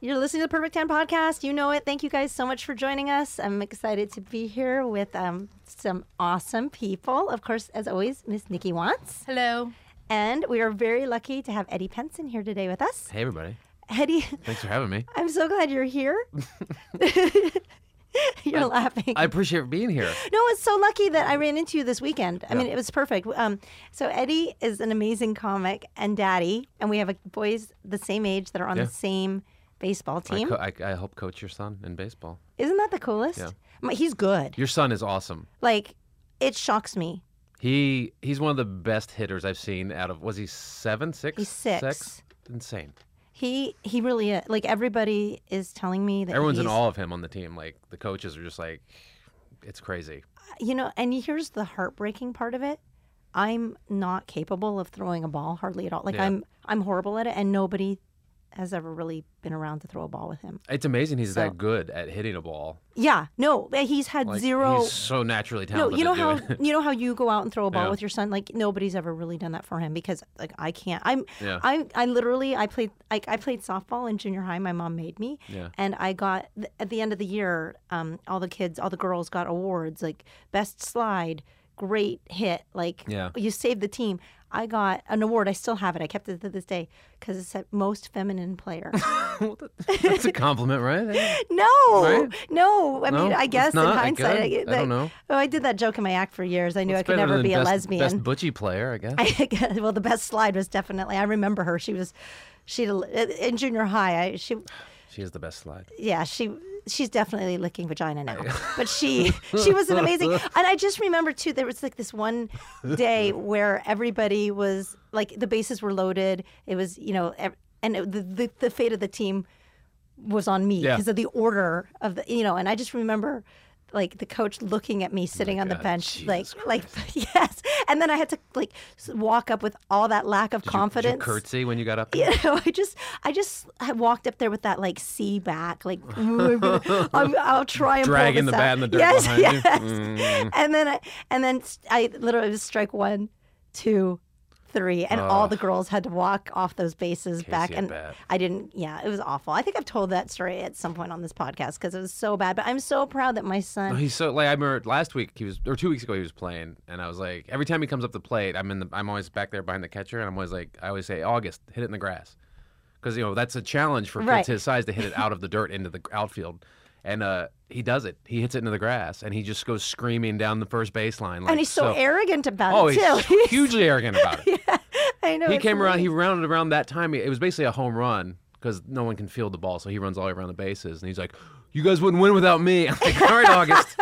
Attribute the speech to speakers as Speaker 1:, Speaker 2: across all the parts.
Speaker 1: You're listening to the Perfect 10 podcast. You know it. Thank you guys so much for joining us. I'm excited to be here with um, some awesome people. Of course, as always, Miss Nikki Wants.
Speaker 2: Hello.
Speaker 1: And we are very lucky to have Eddie Penson here today with us.
Speaker 3: Hey, everybody.
Speaker 1: Eddie,
Speaker 3: Thanks for having me.
Speaker 1: I'm so glad you're here. you're laughing.
Speaker 3: I appreciate being here.
Speaker 1: No, it's so lucky that I ran into you this weekend. I mean, it was perfect. Um, so Eddie is an amazing comic and daddy, and we have a, boys the same age that are on
Speaker 3: Yeah.
Speaker 1: the same baseball
Speaker 3: I,
Speaker 1: team.
Speaker 3: co- I, I help coach your son in baseball.
Speaker 1: Isn't that the coolest?
Speaker 3: Yeah.
Speaker 1: My- He's good.
Speaker 3: Your son is awesome.
Speaker 1: Like, it shocks me.
Speaker 3: He he's one of the best hitters I've seen out of was he seven, six?
Speaker 1: He's six.
Speaker 3: Insane.
Speaker 1: He he really is. like everybody is telling me that
Speaker 3: Everyone's in
Speaker 1: he's-
Speaker 3: awe of him on the team. Like the coaches are just like, it's crazy.
Speaker 1: You know, and here's the heartbreaking part of it. I'm not capable of throwing a ball hardly at all. Like
Speaker 3: Yeah.
Speaker 1: I'm I'm horrible at it, and nobody has ever really been around to throw a ball with him.
Speaker 3: It's amazing he's
Speaker 1: So-
Speaker 3: that good at hitting a ball.
Speaker 1: Yeah, no, but he's had
Speaker 3: Like,
Speaker 1: zero.
Speaker 3: He's so naturally
Speaker 1: no,
Speaker 3: talented.
Speaker 1: you know
Speaker 3: at
Speaker 1: how
Speaker 3: doing it.
Speaker 1: you know how you go out and throw a ball
Speaker 3: Yeah.
Speaker 1: with your son. Like nobody's ever really done that for him because like I can't. I'm
Speaker 3: Yeah.
Speaker 1: I I literally I played like I played softball in junior high. My mom made me.
Speaker 3: Yeah.
Speaker 1: And I got th- at the end of the year, um, all the kids, all the girls got awards like best slide, great hit, like
Speaker 3: Yeah.
Speaker 1: you saved the team. I got an award. I still have it. I kept it to this day because it said most feminine player.
Speaker 3: Well, that- That's a compliment, right?
Speaker 1: No,
Speaker 3: Right?
Speaker 1: no. I mean,
Speaker 3: No,
Speaker 1: I
Speaker 3: it's
Speaker 1: guess in
Speaker 3: not, I
Speaker 1: hindsight,
Speaker 3: guess. I
Speaker 1: that-
Speaker 3: don't know.
Speaker 1: Oh, I did that joke in my act for years. I knew I
Speaker 3: It's
Speaker 1: could
Speaker 3: better
Speaker 1: never
Speaker 3: than
Speaker 1: be a
Speaker 3: best-
Speaker 1: lesbian.
Speaker 3: Best butchie player, I guess.
Speaker 1: I guess- well, the best slide was definitely. I remember her. She was, she in junior high. I she
Speaker 3: she is the best slide.
Speaker 1: yeah she she's definitely licking vagina now but she she was an amazing and i just remember too there was like this one day where everybody was like the bases were loaded it was you know ev- and it, the, the the fate of the team was on me
Speaker 3: Yeah.
Speaker 1: because of the order of the you know and i just remember like the coach looking at me sitting on the
Speaker 3: Oh God,
Speaker 1: bench
Speaker 3: Jesus
Speaker 1: like like yes and then i had to like s- walk up with all that lack of
Speaker 3: Did you- Did you,
Speaker 1: confidence
Speaker 3: curtsy when you got up. there?
Speaker 1: you know, I just, I just I walked up there with that like sea back, like I'm, I'll try and
Speaker 3: Dragging
Speaker 1: pull this
Speaker 3: the
Speaker 1: out.
Speaker 3: bat in the dirt
Speaker 1: yes,
Speaker 3: behind you? Mm.
Speaker 1: yes. And then I, and then s- I literally just strike one, two, three, and all the girls had to walk off those bases back.
Speaker 3: Casey at
Speaker 1: And
Speaker 3: bat.
Speaker 1: I didn't. Yeah, it was awful. I think I've told that story at some point on this podcast because it was so bad. But I'm so proud that my
Speaker 3: Oh,
Speaker 1: son.
Speaker 3: he's so like I remember last week he was or two weeks ago he was playing and I was like every time he comes up the plate I'm in the I'm always back there behind the catcher and I'm always like I always say August hit it in the grass because you know that's a challenge for
Speaker 1: Right.
Speaker 3: kids his size to hit it out of the dirt into the outfield and uh, he does it he hits it into the grass and he just goes screaming down the first baseline like,
Speaker 1: and he's so, arrogant about
Speaker 3: oh
Speaker 1: it
Speaker 3: he's
Speaker 1: too.
Speaker 3: hugely arrogant about it
Speaker 1: I know
Speaker 3: he
Speaker 1: it's
Speaker 3: came around. He rounded around that time. It was basically a home run because no one can field the ball, so he runs all the way around the bases. And he's like, "You guys wouldn't win without me." I'm like, "All right, August,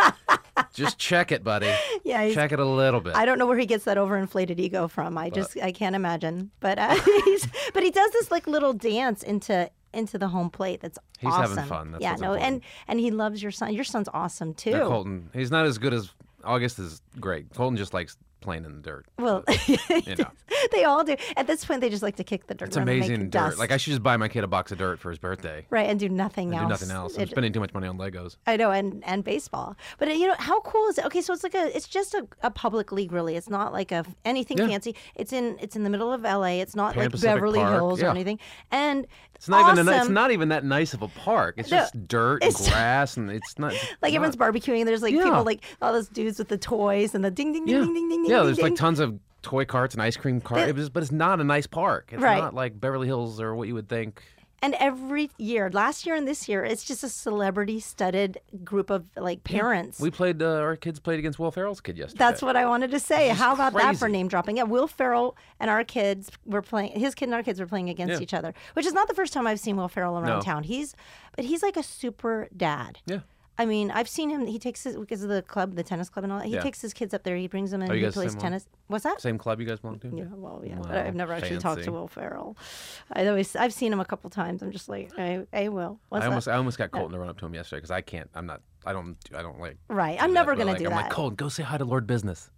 Speaker 3: just check it, buddy.
Speaker 1: Yeah, he's-
Speaker 3: check it a little bit."
Speaker 1: I don't know where he gets that overinflated ego from. I just I can't imagine. But uh, he's, but he does this like little dance into into the home plate. That's
Speaker 3: He's having
Speaker 1: awesome.
Speaker 3: fun. That's
Speaker 1: yeah,
Speaker 3: what's
Speaker 1: no, and
Speaker 3: important.
Speaker 1: and he loves your son. Your son's awesome too.
Speaker 3: Yeah, Colton, he's not as good as August is great. Colton just likes playing in the dirt.
Speaker 1: Well,
Speaker 3: You know,
Speaker 1: they all do. At this point, they just like to kick the dirt.
Speaker 3: it's
Speaker 1: around and make
Speaker 3: amazing dirt.
Speaker 1: dust.
Speaker 3: Like I should just buy my kid a box of dirt for his birthday.
Speaker 1: right and do nothing
Speaker 3: and
Speaker 1: else.
Speaker 3: Do nothing else. I'm
Speaker 1: It-
Speaker 3: spending too much money on Legos.
Speaker 1: I know, and and baseball. But uh, you know, how cool is it? Okay, so it's like a, it's just a, a public league, really. It's not like a f- anything
Speaker 3: Yeah.
Speaker 1: fancy. It's in it's in the middle of L.A. It's not
Speaker 3: Pan
Speaker 1: like
Speaker 3: Pacific
Speaker 1: Beverly
Speaker 3: Park,
Speaker 1: Hills or
Speaker 3: yeah.
Speaker 1: anything. And
Speaker 3: It's not
Speaker 1: awesome.
Speaker 3: even. A, ni- it's not even that nice of a park. It's
Speaker 1: No,
Speaker 3: just dirt and
Speaker 1: it's-
Speaker 3: grass, and it's not it's
Speaker 1: Like
Speaker 3: not-
Speaker 1: everyone's barbecuing, and there's like
Speaker 3: Yeah.
Speaker 1: people like all those dudes with the toys and the ding ding ding
Speaker 3: Yeah,
Speaker 1: ding ding ding.
Speaker 3: yeah.
Speaker 1: ding,
Speaker 3: there's
Speaker 1: ding.
Speaker 3: like tons of toy carts and ice cream carts, it was, but it's not a nice park. It's
Speaker 1: Right.
Speaker 3: not like Beverly Hills or what you would think.
Speaker 1: and every year, last year and this year, it's just a celebrity-studded group of like parents.
Speaker 3: We played. Uh, our kids played against Will Ferrell's kid yesterday.
Speaker 1: That's what I wanted to say. How about that for
Speaker 3: crazy.
Speaker 1: name dropping? Yeah, Will Ferrell and our kids were playing. His kid and our kids were playing against
Speaker 3: Yeah.
Speaker 1: each other, which is not the first time I've seen Will Ferrell around
Speaker 3: No.
Speaker 1: town. He's, but he's like a super dad.
Speaker 3: Yeah.
Speaker 1: I mean, I've seen him. He takes his because of the club, the tennis club, and all. that. He
Speaker 3: Yeah.
Speaker 1: takes his kids up there. He brings them in.
Speaker 3: Are you
Speaker 1: he
Speaker 3: guys the
Speaker 1: plays
Speaker 3: same one?
Speaker 1: tennis. What's that?
Speaker 3: Same club you guys belong to?
Speaker 1: Yeah, well, yeah, but
Speaker 3: Wow,
Speaker 1: I've never actually talked to
Speaker 3: fancy.
Speaker 1: Will Ferrell. I always, I've seen him a couple times. I'm just like, I, I will. What's
Speaker 3: I
Speaker 1: that?
Speaker 3: almost, I almost got Colton to run up to him yesterday because I can't. I'm not. I don't. do- I don't like.
Speaker 1: right, I'm
Speaker 3: do that,
Speaker 1: never
Speaker 3: but,
Speaker 1: gonna
Speaker 3: like,
Speaker 1: do
Speaker 3: I'm
Speaker 1: that.
Speaker 3: like Colton, go say hi to Lord Business.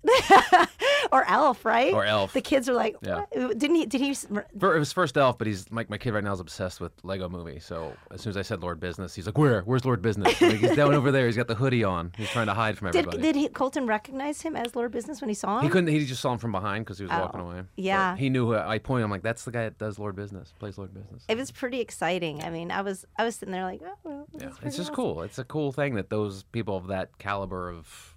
Speaker 1: or Elf, right?
Speaker 3: Or Elf.
Speaker 1: The kids are like,
Speaker 3: Yeah.
Speaker 1: "What?" didn't he? Did he? s-
Speaker 3: Fir- it was first Elf, but he's like my kid right now is obsessed with Lego Movie. So as soon as I said Lord Business, he's like, "Where? Where's Lord Business?" I'm like, he's down over there. He's got the hoodie on. He's trying to hide from
Speaker 1: Did,
Speaker 3: everybody.
Speaker 1: did he, Colton recognize him as Lord Business when he saw him?
Speaker 3: he couldn't. He just saw him from behind because he was walking
Speaker 1: Oh,
Speaker 3: away. But
Speaker 1: yeah.
Speaker 3: he knew. Who, I pointed. I'm like, "That's the guy that does Lord Business. Plays Lord Business."
Speaker 1: it was pretty exciting. I mean, I was I was sitting there like, oh, well,
Speaker 3: yeah,
Speaker 1: that's
Speaker 3: it's
Speaker 1: pretty
Speaker 3: just
Speaker 1: awesome."
Speaker 3: cool. It's a cool thing that those people of that caliber of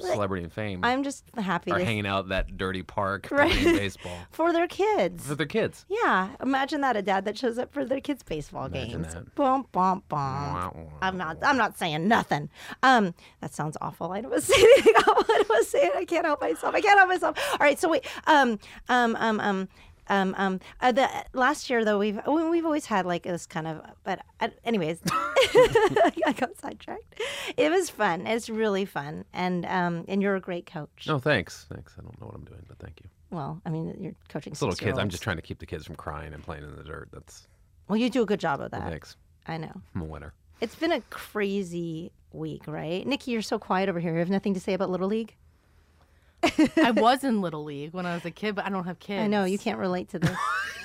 Speaker 1: Well,
Speaker 3: celebrity and fame
Speaker 1: I'm just happy
Speaker 3: are
Speaker 1: to,
Speaker 3: hanging out at that dirty park
Speaker 1: Right.
Speaker 3: playing baseball
Speaker 1: for their kids.
Speaker 3: for their kids.
Speaker 1: Yeah, imagine that a dad that shows up for their kids' baseball
Speaker 3: Imagine
Speaker 1: games.
Speaker 3: that.
Speaker 1: Bum bum
Speaker 3: Wah,
Speaker 1: bum.
Speaker 3: wah.
Speaker 1: I'm not. I'm not saying nothing. Um, that sounds awful. I was saying. I was saying. I can't help myself. I can't help myself. All right. So wait. Um. Um. Um. Um. Um, um, uh, the last year though we've we- we've always had like this kind of but uh, anyways I got sidetracked. It was fun. It's really fun, and um and you're a great coach.
Speaker 3: No, thanks. Thanks. I don't know what I'm doing, but thank you.
Speaker 1: Well, I mean you're coaching
Speaker 3: It's little kids. I'm
Speaker 1: six-year-olds.
Speaker 3: just trying to keep the kids from crying and playing in the dirt. That's
Speaker 1: well you do a good job of that.
Speaker 3: thanks.
Speaker 1: I know.
Speaker 3: I'm a winner.
Speaker 1: It's been a crazy week, right? Nikki, you're so quiet over here. You have nothing to say about Little League?
Speaker 2: I was in Little League when I was a kid, but I don't have kids.
Speaker 1: I know you can't relate to this.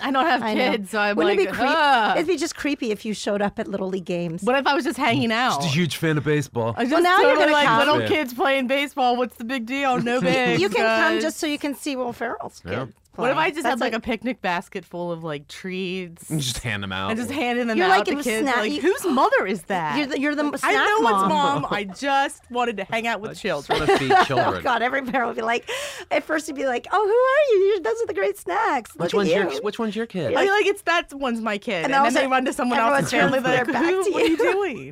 Speaker 2: I don't have
Speaker 1: I know.
Speaker 2: kids, so I'm
Speaker 1: Wouldn't
Speaker 2: like,
Speaker 1: it be creepy?
Speaker 2: "Ugh."
Speaker 1: It'd be just creepy if you showed up at Little League games.
Speaker 2: what if I was just hanging out?
Speaker 1: Oh.
Speaker 3: Just a huge fan of baseball.
Speaker 2: I was
Speaker 1: Well,
Speaker 2: just
Speaker 1: now you're
Speaker 2: totally
Speaker 1: gonna
Speaker 2: like
Speaker 1: come.
Speaker 2: little
Speaker 3: Yeah.
Speaker 2: kids playing baseball. What's the big deal? No big.
Speaker 1: you can come just so you can see Will Ferrell's kid.
Speaker 3: Yeah.
Speaker 2: What if
Speaker 1: play.
Speaker 2: I just
Speaker 1: That's
Speaker 2: had like
Speaker 1: what-
Speaker 2: a picnic basket full of like treats
Speaker 3: You just hand them out.
Speaker 2: and just handing them
Speaker 1: You're
Speaker 2: out
Speaker 1: like, it
Speaker 2: to
Speaker 1: was
Speaker 2: kids?
Speaker 1: snack-
Speaker 2: like,
Speaker 1: you-
Speaker 2: whose mother is that?
Speaker 1: You're the, you're the
Speaker 2: I
Speaker 1: snack
Speaker 2: know
Speaker 1: mom.
Speaker 2: it's mom. I just wanted to hang out with children.
Speaker 3: want to feed
Speaker 1: Oh
Speaker 3: children.
Speaker 1: God! Every parent would be like, at first you'd be like, "Oh, who are you? You're, those are the great snacks." Look
Speaker 3: which
Speaker 1: at
Speaker 3: one's your
Speaker 1: you."
Speaker 3: Which one's your kid?
Speaker 2: I mean, like it's that one's my kid,
Speaker 1: And
Speaker 2: and,
Speaker 1: all
Speaker 2: then
Speaker 1: of a
Speaker 2: they run to someone
Speaker 1: everyone
Speaker 2: else's
Speaker 1: turns
Speaker 2: family. They're
Speaker 1: their
Speaker 2: like,
Speaker 1: back
Speaker 2: "Who?
Speaker 1: to
Speaker 2: What are you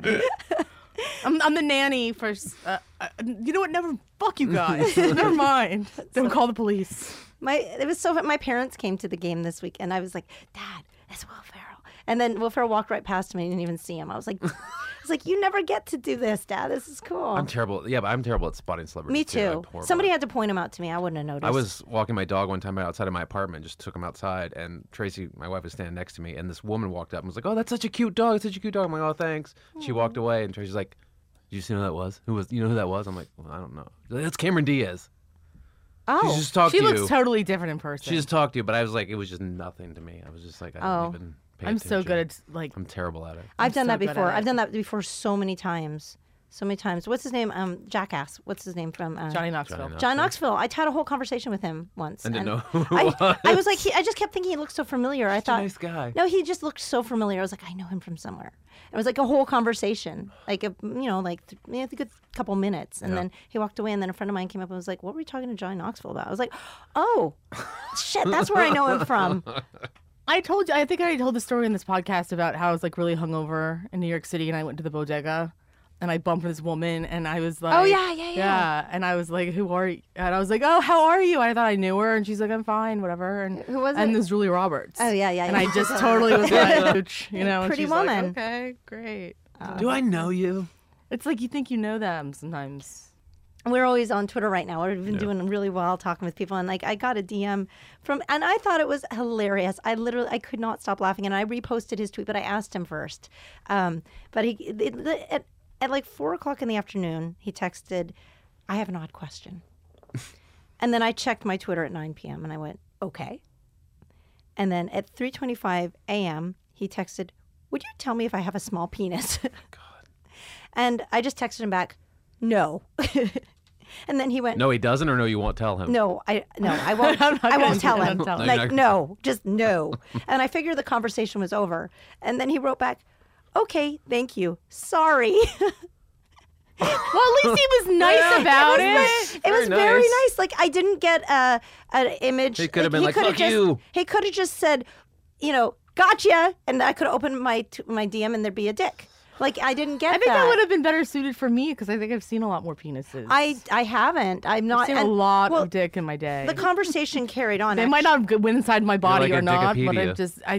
Speaker 2: doing?" I'm, I'm the nanny for. s- Uh, uh, you know what? Never fuck you guys. Never mind. Don't call the police.
Speaker 1: My it was so fun. My parents came to the game this week, and I was like, "Dad, it's Will Ferrell." And then Will Ferrell walked right past me. I didn't even see him. I was like, "I was like, you never get to do this, Dad. This is cool."
Speaker 3: I'm terrible. Yeah, but I'm terrible at spotting celebrities.
Speaker 1: me
Speaker 3: I'm
Speaker 1: too.
Speaker 3: horrible.
Speaker 1: Somebody had to point him out to me. I wouldn't have noticed.
Speaker 3: I was walking my dog one time outside of my apartment, just took him outside, and Tracy, my wife, was standing next to me, and this woman walked up and was like, "Oh, that's such a cute dog, that's such a cute dog." I'm like, "Oh, thanks." She walked away, and Tracy's like, "Did you see who that was? Who was? You know who that was?" I'm like, well, "I don't know." She's like, that's Cameron Diaz.
Speaker 1: Oh,
Speaker 3: she just talked
Speaker 2: she
Speaker 3: to
Speaker 2: looks
Speaker 3: you.
Speaker 2: totally different in person.
Speaker 3: she just talked to you, but I was like, it was just nothing to me. I was just like, I
Speaker 1: Oh.
Speaker 3: don't even. Pay
Speaker 2: I'm so
Speaker 3: attention.
Speaker 2: good at like.
Speaker 3: I'm terrible at it.
Speaker 1: I've done
Speaker 2: so
Speaker 1: that
Speaker 2: good at
Speaker 1: before. I've
Speaker 2: it.
Speaker 1: done that before so many times. So many times. What's his name? Um, Jackass. What's his name from? Uh,
Speaker 2: Johnny Knoxville.
Speaker 3: Johnny
Speaker 1: John Knoxville. I had a whole conversation with him once.
Speaker 3: I didn't
Speaker 1: and
Speaker 3: know who it
Speaker 1: I,
Speaker 3: was.
Speaker 1: I was like, he, I just kept thinking he looked so familiar. I
Speaker 3: Such a
Speaker 1: thought,
Speaker 3: nice guy.
Speaker 1: No, he just looked so familiar. I was like, I know him from somewhere. It was like a whole conversation, like a you know, like th- yeah, a good couple minutes, and then he walked away. And then a friend of mine came up and was like, "What were you talking to Johnny Knoxville about?" I was like, "Oh, shit, that's where I know him from."
Speaker 2: I told you. I think I told the story in this podcast about how I was like really hungover in New York City, and I went to the bodega, and I bumped this woman, and I was like,
Speaker 1: Oh, yeah, yeah, yeah.
Speaker 2: yeah. And I was like, "Who are you?" And I was like, "Oh, how are you?" I thought I knew her, and she's like, "I'm fine, whatever." And
Speaker 1: Who was
Speaker 2: And
Speaker 1: it?
Speaker 2: this Julie Roberts.
Speaker 1: Oh yeah, yeah.
Speaker 2: And
Speaker 1: yeah.
Speaker 2: I just totally was like, "Ouch," you know, and
Speaker 1: Pretty
Speaker 2: she's like,
Speaker 1: woman.
Speaker 2: okay, great.
Speaker 3: Do I know you?
Speaker 2: It's like you think you know them sometimes.
Speaker 1: we're always on Twitter right now. We've been doing really well talking with people, and like I got a DM from, and I thought it was hilarious. I literally I could not stop laughing, and I reposted his tweet, but I asked him first. Um, but he it, it- at, at like four o'clock in the afternoon, he texted, "I have an odd question," and then I checked my Twitter at nine p.m. and I went, "Okay," and then at three twenty-five a.m. he texted, "Would you tell me if I have a small penis?" and I just texted him back, "No." And then he went, No,
Speaker 3: No, he doesn't, or no, you won't tell him.
Speaker 1: I no, I won't
Speaker 2: I'm not
Speaker 1: I
Speaker 2: gonna-
Speaker 1: won't tell
Speaker 2: I'm
Speaker 1: him.
Speaker 2: not telling
Speaker 3: him.
Speaker 1: like, no, just no. and I figured the conversation was over. And then he wrote back, Okay, thank you. Sorry.
Speaker 2: Well, at least he was nice about
Speaker 1: it was,
Speaker 2: it.
Speaker 1: it was
Speaker 3: Very
Speaker 1: very
Speaker 3: nice.
Speaker 1: nice. Like I didn't get a an image.
Speaker 3: He could've been like,
Speaker 1: could've
Speaker 3: "Fuck
Speaker 1: just,
Speaker 3: you."
Speaker 1: He could have just said, you know, gotcha, and I could open my t- my DM and there'd be a dick. Like I didn't get
Speaker 2: I think
Speaker 1: that.
Speaker 2: that would have been better suited for me because I think I've seen a lot more penises.
Speaker 1: I I haven't. I'm
Speaker 2: I've
Speaker 1: not.
Speaker 2: seen a
Speaker 1: and-
Speaker 2: lot
Speaker 1: well,
Speaker 2: of dick in my day.
Speaker 1: The conversation carried on.
Speaker 2: They
Speaker 1: actually.
Speaker 2: might not have went inside my body
Speaker 3: like a
Speaker 2: or not, but I
Speaker 3: Dickopedia.
Speaker 2: just, I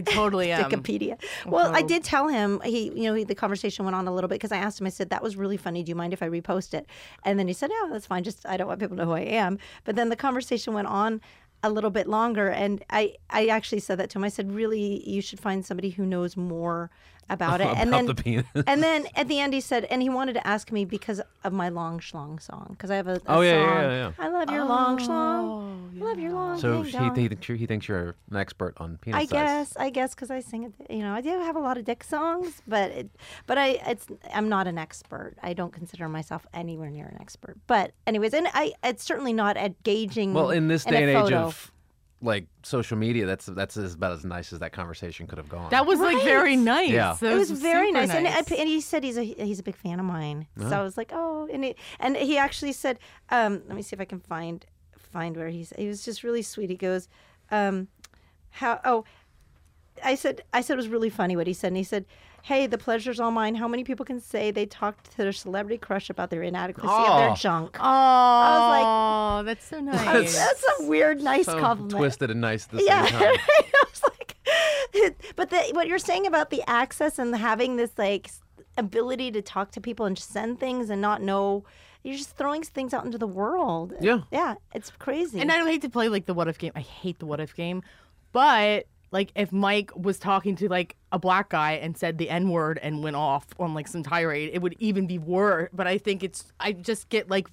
Speaker 2: totally am.
Speaker 3: Um,
Speaker 1: Wikipedia.
Speaker 3: uh-huh.
Speaker 1: Well, I
Speaker 2: Oh.
Speaker 1: did tell him he, you know, he, the conversation went on a little bit because I asked him. I said that was really funny. Do you mind if I repost it? And then he said, Yeah, that's fine. Just I don't want people to know who I am. But then the conversation went on a little bit longer, and I, I actually said that to him. I said, Really, you should find somebody who knows more about it. and then
Speaker 3: About the penis.
Speaker 1: and then at the end he said, and he wanted to ask me because of my long schlong song because I have a, a
Speaker 3: Oh, yeah, yeah,
Speaker 1: song.
Speaker 3: yeah, yeah.
Speaker 1: I love your long schlong.
Speaker 2: Oh,
Speaker 1: love your long
Speaker 3: So
Speaker 1: ding
Speaker 3: he,
Speaker 1: dong.
Speaker 3: he, thinks you're- he thinks you're an expert on penis
Speaker 1: I
Speaker 3: size.
Speaker 1: guess, I guess, because I sing it. You know, I do have a lot of dick songs, but it, but I, it's, I'm not an expert. I don't consider myself anywhere near an expert. But anyways, and I, it's certainly not at gauging.
Speaker 3: Well, in this
Speaker 1: a
Speaker 3: day and age
Speaker 1: photo.
Speaker 3: of like social media, that's that's as- about as nice as that conversation could have gone.
Speaker 2: That was like very
Speaker 1: Right.
Speaker 2: nice.
Speaker 3: Yeah.
Speaker 2: That
Speaker 1: It was very
Speaker 2: super
Speaker 1: nice, And, I, and he said he's a he's a big fan of mine. So I was like, oh, and it, and he actually said, um, let me see if I can find find where he's. He was just really sweet. He goes, um, how? Oh, I said I said it was really funny what he said, and he said. Hey, the pleasure's all mine. How many people can say they talked to their celebrity crush about their inadequacy of
Speaker 3: Aw.
Speaker 1: their junk?
Speaker 2: Oh,
Speaker 1: I
Speaker 2: that's so nice.
Speaker 1: That's a weird, nice
Speaker 3: so
Speaker 1: compliment.
Speaker 3: twisted and nice at the
Speaker 1: Yeah,
Speaker 3: same time.
Speaker 1: I was like, it- but the, what you're saying about the access and having this like s- ability to talk to people and just send things and not know, you're just throwing things out into the world.
Speaker 3: Yeah.
Speaker 1: yeah, it's crazy.
Speaker 2: and I don't hate to play like the what if game. I hate the what if game, but like if Mike was talking to like a black guy and said the n word and went off on like some tirade, it would even be worse. But I think it's I just get like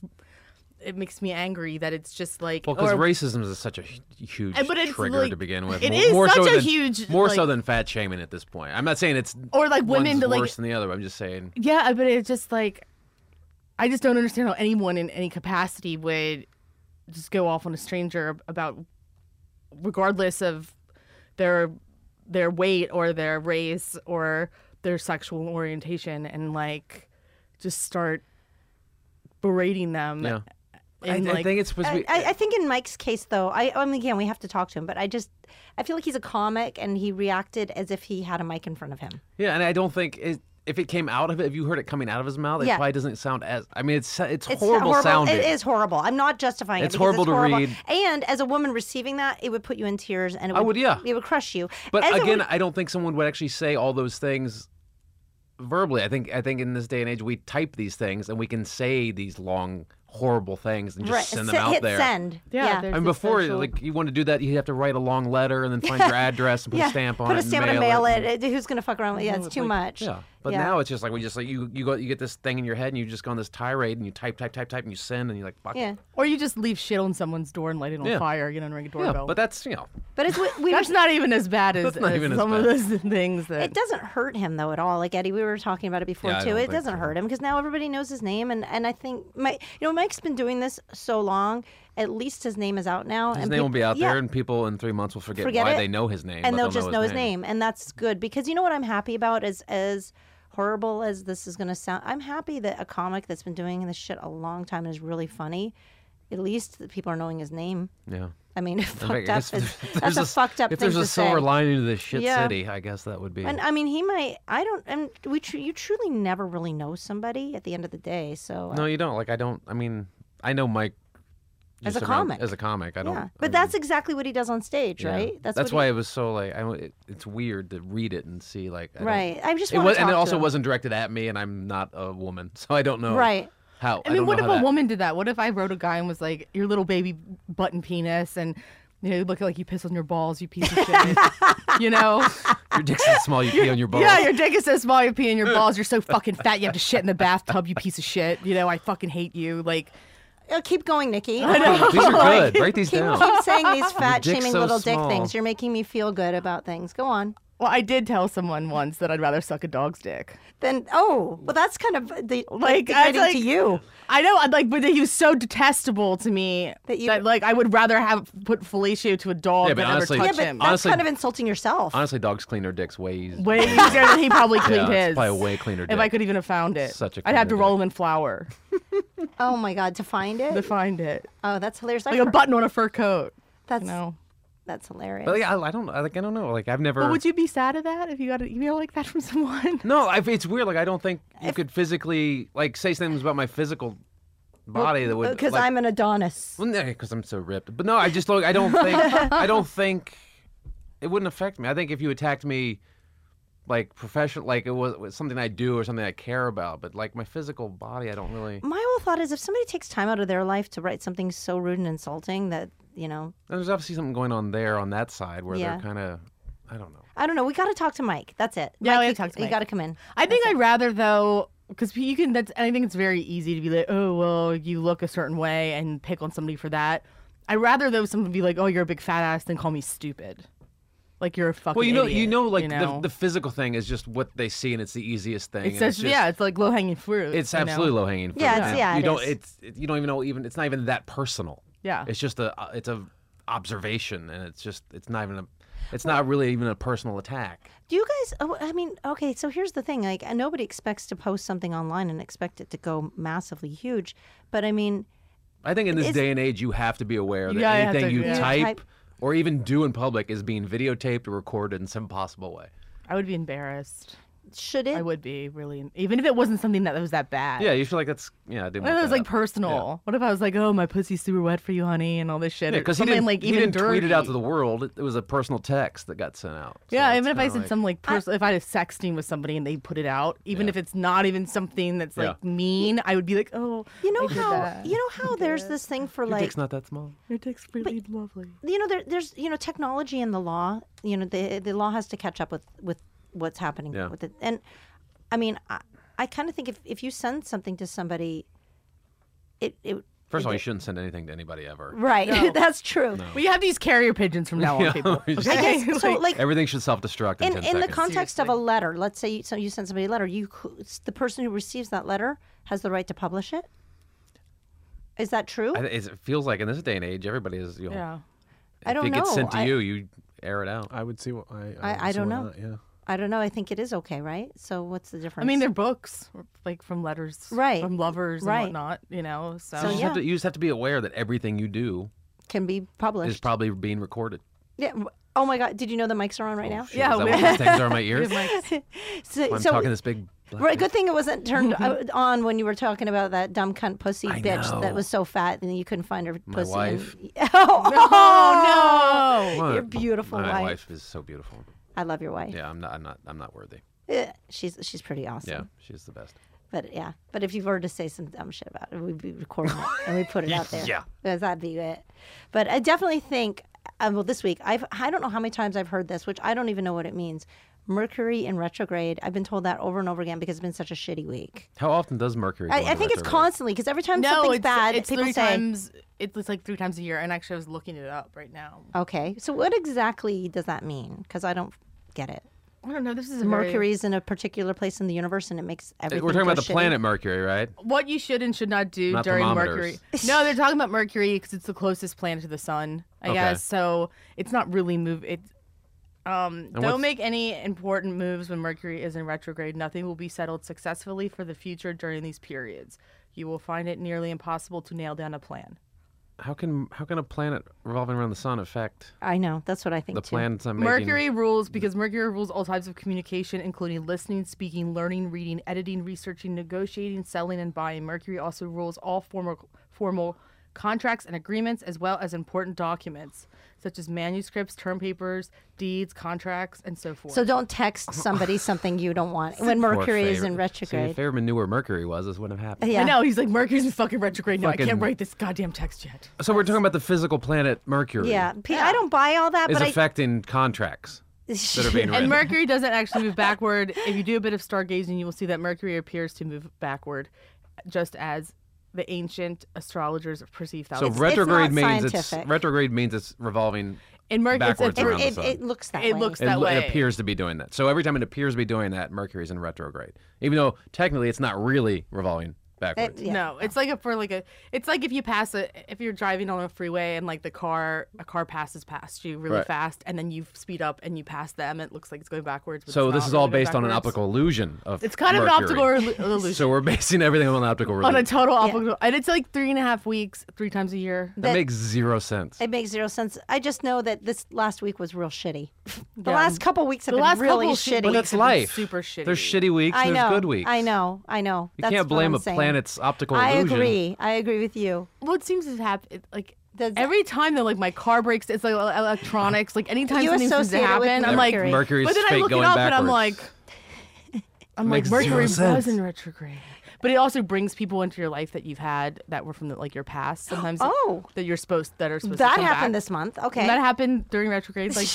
Speaker 2: it makes me angry that it's just like
Speaker 3: Well, because
Speaker 2: or-
Speaker 3: racism is such a hu- huge
Speaker 2: Uh, but it's
Speaker 3: trigger to
Speaker 2: like-
Speaker 3: begin with.
Speaker 2: it
Speaker 3: Mo-
Speaker 2: is
Speaker 3: more so
Speaker 2: such a
Speaker 3: than-
Speaker 2: huge,
Speaker 3: more so
Speaker 2: like-
Speaker 3: than fat shaming at this point. I'm not saying it's
Speaker 2: Or, like, women
Speaker 3: one's
Speaker 2: to, like-
Speaker 3: worse than the other. I'm just saying
Speaker 2: Yeah, uh, but it's just like I just don't understand how anyone in any capacity would just go off on a stranger ab- about regardless of their their weight or their race or their sexual orientation and like just start berating them.
Speaker 3: yeah. I,
Speaker 2: And
Speaker 3: I
Speaker 2: like
Speaker 3: think it's supposed to
Speaker 1: I,
Speaker 3: be.
Speaker 1: I, I think in Mike's case, though, I, I mean, again, we have to talk to him, but I just, I feel like he's a comic and he reacted as if he had a mic in front of him.
Speaker 3: Yeah, and I don't think it, if it came out of it, if you heard it coming out of his mouth, it
Speaker 1: Yeah.
Speaker 3: probably doesn't sound as. I mean, it's it's,
Speaker 1: It's
Speaker 3: horrible, sounding.
Speaker 1: It is horrible. I'm not justifying
Speaker 3: It's
Speaker 1: it. because
Speaker 3: horrible to read.
Speaker 1: And as a woman receiving that, it would put you in tears and it would,
Speaker 3: I would, yeah.
Speaker 1: it would crush you.
Speaker 3: But
Speaker 1: As a
Speaker 3: again, I don't think someone would actually say all those things verbally. I think I think in this day and age, we type these things and we can say these long, horrible things and just
Speaker 1: Right.
Speaker 3: send
Speaker 1: Se-
Speaker 3: them out
Speaker 1: hit
Speaker 3: there.
Speaker 1: send.
Speaker 2: Yeah, there's
Speaker 3: I mean,
Speaker 2: this
Speaker 3: before,
Speaker 2: social-
Speaker 3: like, you want to do that, you have to write a long letter and then find your address and put a stamp on
Speaker 1: Put
Speaker 3: it.
Speaker 1: a stamp
Speaker 3: and
Speaker 1: on
Speaker 3: mail
Speaker 1: it. Uh, Who's gonna fuck around? with Yeah,
Speaker 3: No,
Speaker 1: it's, too
Speaker 3: like-
Speaker 1: much.
Speaker 3: Yeah, but
Speaker 1: Yeah.
Speaker 3: now it's just like we just like you you go you get this thing in your head and you just go on this tirade and you type type type type and you send and you're like fuck it.
Speaker 1: Yeah,
Speaker 2: or you just leave shit on someone's door and light it on
Speaker 3: Yeah.
Speaker 2: fire, you know, and ring a
Speaker 3: Yeah,
Speaker 2: doorbell.
Speaker 3: but that's you know
Speaker 1: but it's we, we were-
Speaker 2: that's not even as bad as,
Speaker 3: That's not
Speaker 2: as
Speaker 3: even as
Speaker 2: some
Speaker 3: bad.
Speaker 2: of those things that
Speaker 1: it doesn't hurt him though at all. Like Eddie, we were talking about it before
Speaker 3: Yeah, I
Speaker 1: too.
Speaker 3: don't
Speaker 1: It
Speaker 3: think
Speaker 1: doesn't
Speaker 3: so.
Speaker 1: hurt him because now everybody knows his name, and and I think Mike, you know, Mike's been doing this so long. At least his name is out now.
Speaker 3: his
Speaker 1: and
Speaker 3: name
Speaker 1: peop-
Speaker 3: will be out
Speaker 1: yeah,
Speaker 3: there and people in three months will forget,
Speaker 1: Forget
Speaker 3: why
Speaker 1: it,
Speaker 3: they know his name
Speaker 1: and
Speaker 3: but
Speaker 1: they'll, just know his
Speaker 3: name.
Speaker 1: name. and that's good because you know what I'm happy about is as horrible as this is going to sound. I'm happy that a comic that's been doing this shit a long time and is really funny. At least that people are knowing his name.
Speaker 3: Yeah.
Speaker 1: I mean,
Speaker 3: I
Speaker 1: fucked up.
Speaker 3: guess
Speaker 1: Is,
Speaker 3: if
Speaker 1: that's
Speaker 3: there's
Speaker 1: a, fucked up
Speaker 3: If
Speaker 1: thing
Speaker 3: there's
Speaker 1: to
Speaker 3: a silver
Speaker 1: say.
Speaker 3: lining to this shit
Speaker 1: Yeah.
Speaker 3: city, I guess that would be.
Speaker 1: And I mean, he might. I don't. And we. Tr- you truly never really know somebody at the end of the day. So. uh,
Speaker 3: no, you don't. Like I don't. I mean, I know Mike.
Speaker 1: As
Speaker 3: just
Speaker 1: a
Speaker 3: around-
Speaker 1: comic.
Speaker 3: As a comic, I don't.
Speaker 1: yeah.
Speaker 3: I
Speaker 1: But that's exactly what he does on stage,
Speaker 3: mean, yeah.
Speaker 1: right?
Speaker 3: That's,
Speaker 1: what
Speaker 3: why it was so like. I, don't- it, it's weird to read it and see like.
Speaker 1: He,
Speaker 3: I don't-
Speaker 1: right. I just
Speaker 3: It
Speaker 1: want
Speaker 3: was,
Speaker 1: to
Speaker 3: and
Speaker 1: talk
Speaker 3: it
Speaker 1: to
Speaker 3: also
Speaker 1: him.
Speaker 3: wasn't directed at me, and I'm not a woman, so I don't know.
Speaker 1: Right.
Speaker 3: How?
Speaker 2: I mean,
Speaker 3: don't
Speaker 2: what
Speaker 3: know
Speaker 2: if
Speaker 3: how
Speaker 2: a
Speaker 3: that-
Speaker 2: woman did that? What if I wrote a guy and was like, "Your little baby button penis," and you know, you look like you piss on your balls, you piece of shit. you know,
Speaker 3: Your dick's so small, you pee on your balls.
Speaker 2: yeah, your dick is so small, you pee in your balls. You're so fucking fat, you have to shit in the bathtub, you piece of shit. You know, I fucking hate you. Like,
Speaker 1: Oh, keep going, Nikki.
Speaker 3: These are good. Write these
Speaker 1: Keep,
Speaker 3: down.
Speaker 1: keep saying these fat
Speaker 3: dick's
Speaker 1: shaming
Speaker 3: so
Speaker 1: little
Speaker 3: small.
Speaker 1: dick things. You're making me feel good about things. Go on.
Speaker 2: well, I did tell someone once that I'd rather suck a dog's dick.
Speaker 1: Then oh well, that's kind of the, like
Speaker 2: Like, I was
Speaker 1: degrading
Speaker 2: like-
Speaker 1: to you.
Speaker 2: I know, I'd like, but he was so detestable to me that,
Speaker 1: That you-
Speaker 2: like, I would rather have put fellatio to a dog
Speaker 3: Yeah, but
Speaker 2: than
Speaker 3: honestly-
Speaker 2: ever
Speaker 1: Yeah,
Speaker 2: touch
Speaker 1: but
Speaker 2: him.
Speaker 1: that's
Speaker 3: Honestly-
Speaker 1: kind of insulting yourself.
Speaker 3: Honestly, dogs clean their dicks way easier.
Speaker 2: way easier than he probably cleaned
Speaker 3: it's
Speaker 2: his.
Speaker 3: probably a way cleaner
Speaker 2: If
Speaker 3: dick.
Speaker 2: I could even have found it,
Speaker 3: Such a
Speaker 2: I'd have
Speaker 3: cleaner
Speaker 2: to roll him in flour
Speaker 1: Oh my God, to find
Speaker 2: to
Speaker 1: it.
Speaker 2: find it,
Speaker 1: Oh, that's hilarious. I
Speaker 2: like a
Speaker 1: heard-
Speaker 2: button on a fur coat.
Speaker 1: That's
Speaker 2: You know.
Speaker 1: that's hilarious.
Speaker 3: But yeah, I, I don't. I, like I don't know. Like I've never.
Speaker 2: But would you be sad at that if you got an email like that from someone?
Speaker 3: No, I, it's weird. Like I don't think you could physically like say things about my physical body that would
Speaker 1: because
Speaker 3: like,
Speaker 1: uh, I'm an Adonis.
Speaker 3: because I'm so ripped. But no, I just like I don't think I don't think it wouldn't affect me. I think if you attacked me, like professional, like it was, was something I do or something I care about, but like my physical body, I don't really.
Speaker 1: My whole thought is if somebody takes time out of their life to write something so rude and insulting that, you know,
Speaker 3: There's obviously something going on there on that side where
Speaker 1: Yeah.
Speaker 3: they're kind of, I don't know.
Speaker 1: I don't know. We got to talk to Mike. That's it.
Speaker 2: Yeah,
Speaker 1: Mike,
Speaker 2: we
Speaker 1: you,
Speaker 2: gotta talk to
Speaker 1: you
Speaker 2: Mike.
Speaker 1: gotta come in.
Speaker 2: I think I'd rather though, because you can. That's. and I think it's very easy to be like, oh well, you look a certain way and pick on somebody for that. I'd rather though someone be like, "Oh, you're a big fat ass," than call me stupid. Like you're a fucking.
Speaker 3: Well, you know, you
Speaker 2: idiot,
Speaker 3: know, like
Speaker 2: know?
Speaker 3: The, the physical thing is just what they see, and it's the easiest thing. and
Speaker 2: It's such,
Speaker 3: just-
Speaker 2: yeah, it's like low hanging fruit.
Speaker 3: It's
Speaker 2: you know?
Speaker 3: absolutely low hanging fruit.
Speaker 1: Yeah, it's- yeah,
Speaker 3: you
Speaker 1: it
Speaker 3: don't.
Speaker 1: is.
Speaker 3: It's it- you don't even know even. It's not even that personal.
Speaker 2: Yeah.
Speaker 3: It's just a. uh, It's a observation, and it's just. It's not even a. It's not really even a personal attack.
Speaker 1: Do you guys? oh, I mean, okay. So here's the thing: like, nobody expects to post something online and expect it to go massively huge. But I mean,
Speaker 3: I think in this
Speaker 1: It's-
Speaker 3: day and age, you have to be aware that
Speaker 2: Yeah, you have
Speaker 3: anything
Speaker 2: to-
Speaker 3: you
Speaker 2: yeah. You
Speaker 3: type,
Speaker 1: type-
Speaker 3: or even do in public is being videotaped or recorded in some possible way.
Speaker 2: I would be embarrassed.
Speaker 1: should it?
Speaker 2: I would be really, even if it wasn't something that was that bad.
Speaker 3: Yeah, you feel like that's yeah. I didn't
Speaker 2: What if
Speaker 3: want
Speaker 2: it was
Speaker 3: that
Speaker 2: like
Speaker 3: up.
Speaker 2: personal? What if I was like, "Oh, my pussy's super wet for you, honey," and all this shit?
Speaker 3: Yeah,
Speaker 2: or
Speaker 3: because he
Speaker 2: something
Speaker 3: didn't,
Speaker 2: like
Speaker 3: he
Speaker 2: even
Speaker 3: didn't tweet it out to
Speaker 2: dirty.
Speaker 3: the world. It, it was a personal text that got sent out. So
Speaker 2: yeah,
Speaker 3: it's
Speaker 2: even if I
Speaker 3: kinda
Speaker 2: said
Speaker 3: like-
Speaker 2: some like personal, if I was sexting with somebody and they put it out, even
Speaker 3: Yeah.
Speaker 2: if it's not even something that's
Speaker 3: Yeah.
Speaker 2: like mean, I would be like, "Oh,
Speaker 1: you know
Speaker 2: I did
Speaker 1: how?
Speaker 2: that.
Speaker 1: You know how? There's this thing for
Speaker 3: Your
Speaker 1: like
Speaker 3: dick's not that small.
Speaker 2: your dick's really lovely."
Speaker 1: you know there, there's you know technology and the law you know the the law has to catch up with with what's happening
Speaker 3: Yeah.
Speaker 1: with it and i mean i, I kind of think if, if you send something to somebody it, it
Speaker 3: First of all, you shouldn't send anything to anybody ever.
Speaker 1: right that's true
Speaker 2: We have these carrier pigeons from now on,
Speaker 3: Yeah,
Speaker 2: people.
Speaker 3: we just-
Speaker 1: I guess,
Speaker 2: Okay?
Speaker 1: so like
Speaker 3: Everything should self-destruct in,
Speaker 1: in, in
Speaker 3: 10
Speaker 1: the
Speaker 3: seconds.
Speaker 1: context of a letter let's say you, so you send somebody a letter you cou- it's the person who receives that letter has the right to publish it is that true
Speaker 3: I
Speaker 1: i,
Speaker 3: th- it's- it feels like in this day and age, everybody is. You know,
Speaker 2: yeah.
Speaker 1: don't
Speaker 3: If it gets
Speaker 1: know.
Speaker 3: sent to
Speaker 1: I-
Speaker 3: you, you air it out.
Speaker 4: I would see what I.
Speaker 1: I-
Speaker 4: would
Speaker 1: I
Speaker 4: see
Speaker 1: don't
Speaker 4: why
Speaker 1: know.
Speaker 4: not, yeah.
Speaker 1: don't know i think it is okay right so what's the
Speaker 2: I
Speaker 1: difference
Speaker 2: mean, they're books, like from letters,
Speaker 1: Right.
Speaker 2: From lovers
Speaker 1: Right.
Speaker 2: and whatnot, you know. So,
Speaker 1: So,
Speaker 3: You just,
Speaker 1: yeah.
Speaker 3: have to, you just have to be aware that everything you do
Speaker 1: can be
Speaker 3: is
Speaker 1: published
Speaker 3: probably being recorded.
Speaker 1: yeah oh my god did you know the mics are on right now
Speaker 3: Oh, Shit,
Speaker 2: Yeah,
Speaker 3: is that
Speaker 2: we-
Speaker 3: what these things are in my
Speaker 2: we
Speaker 3: ears.
Speaker 2: have, like,
Speaker 1: So,
Speaker 3: I'm
Speaker 1: so
Speaker 3: talking this big. Black
Speaker 1: right, good thing it wasn't turned o- on when you were talking about that dumb cunt pussy
Speaker 3: Mm-hmm. I
Speaker 1: bitch
Speaker 3: know.
Speaker 1: that was so fat and you couldn't find her
Speaker 3: My
Speaker 1: pussy.
Speaker 3: wife.
Speaker 1: And, oh,
Speaker 2: oh no!
Speaker 3: My-
Speaker 1: Your beautiful
Speaker 3: my
Speaker 1: wife.
Speaker 3: wife is so beautiful.
Speaker 1: I love your wife.
Speaker 3: Yeah, I'm not. I'm not. I'm not worthy.
Speaker 1: Eh, She's she's pretty awesome.
Speaker 3: Yeah, she's the best.
Speaker 1: But yeah, but if you were to say some dumb shit about it, we'd be recording it and we put it out there.
Speaker 3: Yeah.
Speaker 1: because that'd be it. But I definitely think. Uh, well, this week I've I don't know how many times I've heard this, which I don't even know what it means. Mercury in retrograde. I've been told that over and over again because it's been such a shitty week.
Speaker 3: How often does Mercury? go
Speaker 1: I, I
Speaker 3: into
Speaker 1: think it's
Speaker 3: retrograde?
Speaker 1: constantly because every time
Speaker 2: No,
Speaker 1: something's
Speaker 2: it's
Speaker 1: bad,
Speaker 2: It's
Speaker 1: people
Speaker 2: three
Speaker 1: say,
Speaker 2: times. It's it's like three times a year, and actually, I was looking it up right now.
Speaker 1: Okay. So what exactly does that mean? Because I don't get it.
Speaker 2: I don't know. This is a very-
Speaker 1: Mercury's in a particular place in the universe, and it makes everything.
Speaker 3: We're talking
Speaker 1: go
Speaker 3: about the
Speaker 1: shitty.
Speaker 3: planet Mercury, right?
Speaker 2: what you should and should not do
Speaker 3: Not
Speaker 2: during Mercury.
Speaker 3: thermometers.
Speaker 2: No, they're talking about Mercury because it's the closest planet to the sun, I
Speaker 3: Okay.
Speaker 2: guess. So it's not really move. It um,
Speaker 3: what's-
Speaker 2: don't make any important moves when Mercury is in retrograde. Nothing will be settled successfully for the future during these periods. You will find it nearly impossible to nail down a plan.
Speaker 3: How can how can a planet revolving around the sun affect
Speaker 1: I know. That's what I think
Speaker 3: the
Speaker 1: too.
Speaker 3: plans I'm making?
Speaker 2: Mercury rules because Mercury rules all types of communication, including listening, speaking, learning, reading, editing, researching, negotiating, selling, and buying. Mercury also rules all formal formal contracts and agreements, as well as important documents such as manuscripts, term papers, deeds, contracts, and so forth.
Speaker 1: So don't text somebody something you don't want when
Speaker 3: Poor
Speaker 1: Mercury is
Speaker 3: Faber-
Speaker 1: in
Speaker 3: See,
Speaker 1: retrograde.
Speaker 3: if Faberman knew where Mercury was, this wouldn't have happened.
Speaker 1: yeah.
Speaker 2: I know he's like Mercury's in fucking retrograde. No, I
Speaker 3: Fucking-
Speaker 2: can't write this goddamn text yet.
Speaker 3: So we're talking about the physical planet Mercury.
Speaker 1: Yeah. P- I don't buy all that,
Speaker 3: Is
Speaker 1: but
Speaker 3: affecting contracts that are
Speaker 1: I.
Speaker 3: being
Speaker 2: And
Speaker 3: written.
Speaker 2: Mercury doesn't actually move backward. If you do a bit of stargazing, you will see that Mercury appears to move backward, just as the ancient astrologers perceived that.
Speaker 3: so
Speaker 2: way.
Speaker 1: not
Speaker 3: retrograde means it's
Speaker 1: scientific.
Speaker 3: retrograde means it's revolving.
Speaker 2: in Mercury, it's a
Speaker 3: backwards
Speaker 2: three-
Speaker 3: around the
Speaker 1: it,
Speaker 3: sun.
Speaker 1: it looks that
Speaker 2: It
Speaker 1: way.
Speaker 2: looks
Speaker 3: It,
Speaker 2: that
Speaker 3: lo-
Speaker 2: way.
Speaker 3: it appears to be doing that. So every time it appears to be doing that, Mercury's in retrograde. Even though technically it's not really revolving backwards.
Speaker 1: yeah.
Speaker 2: No, it's like a for like a. It's like if you pass a if you're driving on a freeway and like the car a car passes past you really
Speaker 3: Right.
Speaker 2: fast and then you speed up and you pass them. It looks like it's going backwards. But
Speaker 3: so
Speaker 2: it's
Speaker 3: this
Speaker 2: not
Speaker 3: is all
Speaker 2: really going
Speaker 3: based on an
Speaker 2: backwards.
Speaker 3: optical illusion of
Speaker 2: It's kind of an
Speaker 3: Mercury.
Speaker 2: optical illu- illusion.
Speaker 3: So we're basing everything on an optical illusion.
Speaker 2: on a total optical, and it's like three and a half weeks, three times a year.
Speaker 3: that, makes zero sense.
Speaker 1: It makes zero sense. I just know that this last week was real shitty. the
Speaker 2: Yeah.
Speaker 1: last couple weeks have
Speaker 2: The
Speaker 1: been
Speaker 2: last
Speaker 1: really
Speaker 2: couple
Speaker 1: shitty.
Speaker 3: But that's
Speaker 2: It's
Speaker 3: life.
Speaker 2: super shitty.
Speaker 3: There's shitty weeks.
Speaker 1: I
Speaker 3: there's
Speaker 1: know.
Speaker 3: good weeks.
Speaker 1: I know. I know.
Speaker 3: You
Speaker 1: That's
Speaker 3: can't
Speaker 1: what
Speaker 3: blame
Speaker 1: I'm
Speaker 3: a
Speaker 1: saying.
Speaker 3: planet's optical
Speaker 1: I
Speaker 3: illusion.
Speaker 1: agree. I agree with you.
Speaker 2: What seems to happen, like
Speaker 1: Does-
Speaker 2: every time that like my car breaks, it's like el- electronics. Like anytime
Speaker 1: You
Speaker 2: something seems to
Speaker 1: associate it with
Speaker 2: happen, I'm like,
Speaker 1: Mercury.
Speaker 3: Mercury's
Speaker 2: but then I
Speaker 3: fate
Speaker 2: look it
Speaker 3: going
Speaker 2: up
Speaker 3: backwards.
Speaker 2: and I'm like, I'm like
Speaker 3: Makes zero
Speaker 2: Mercury
Speaker 3: sense.
Speaker 2: was in retrograde. But it also brings people into your life that you've had that were from the, like your past sometimes.
Speaker 1: Oh.
Speaker 2: that you're supposed that are supposed to
Speaker 1: That
Speaker 2: come
Speaker 1: happened
Speaker 2: back.
Speaker 1: this month. Okay.
Speaker 2: That happened during retrograde.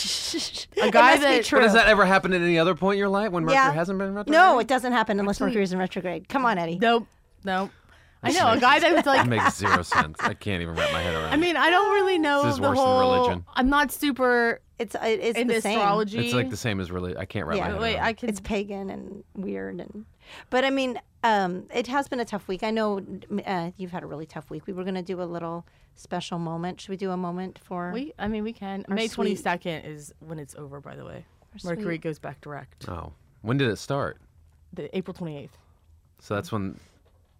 Speaker 2: Like
Speaker 1: a
Speaker 2: guy
Speaker 1: it must be
Speaker 2: that-
Speaker 1: true.
Speaker 3: But has that ever happened at any other point in your life when Mercury
Speaker 1: Yeah.
Speaker 3: hasn't been retrograde?
Speaker 1: No, it doesn't happen unless Mercury's in retrograde. Come on, Eddie.
Speaker 2: nope, nope. I know a guy that was like
Speaker 3: It makes zero sense. I can't even wrap my head around.
Speaker 2: I mean, I don't really know
Speaker 3: This is
Speaker 2: the
Speaker 3: worse than
Speaker 2: whole.
Speaker 3: religion.
Speaker 2: I'm not super
Speaker 1: It's uh, it- it's
Speaker 2: into
Speaker 1: the same.
Speaker 2: astrology.
Speaker 3: it's like the same as really. I can't wrap
Speaker 1: Yeah.
Speaker 3: my head
Speaker 2: Wait,
Speaker 3: around.
Speaker 2: I could.
Speaker 1: It's pagan and weird and, but I mean, um, it has been a tough week. I know uh, you've had a really tough week. We were going to do a little special moment. Should we do a moment for?
Speaker 2: we, I mean, we can. May
Speaker 1: sweet-
Speaker 2: twenty second is when it's over. By the way,
Speaker 1: sweet-
Speaker 2: Mercury goes back direct.
Speaker 3: Oh, when did it start?
Speaker 2: The April twenty eighth.
Speaker 3: So that's when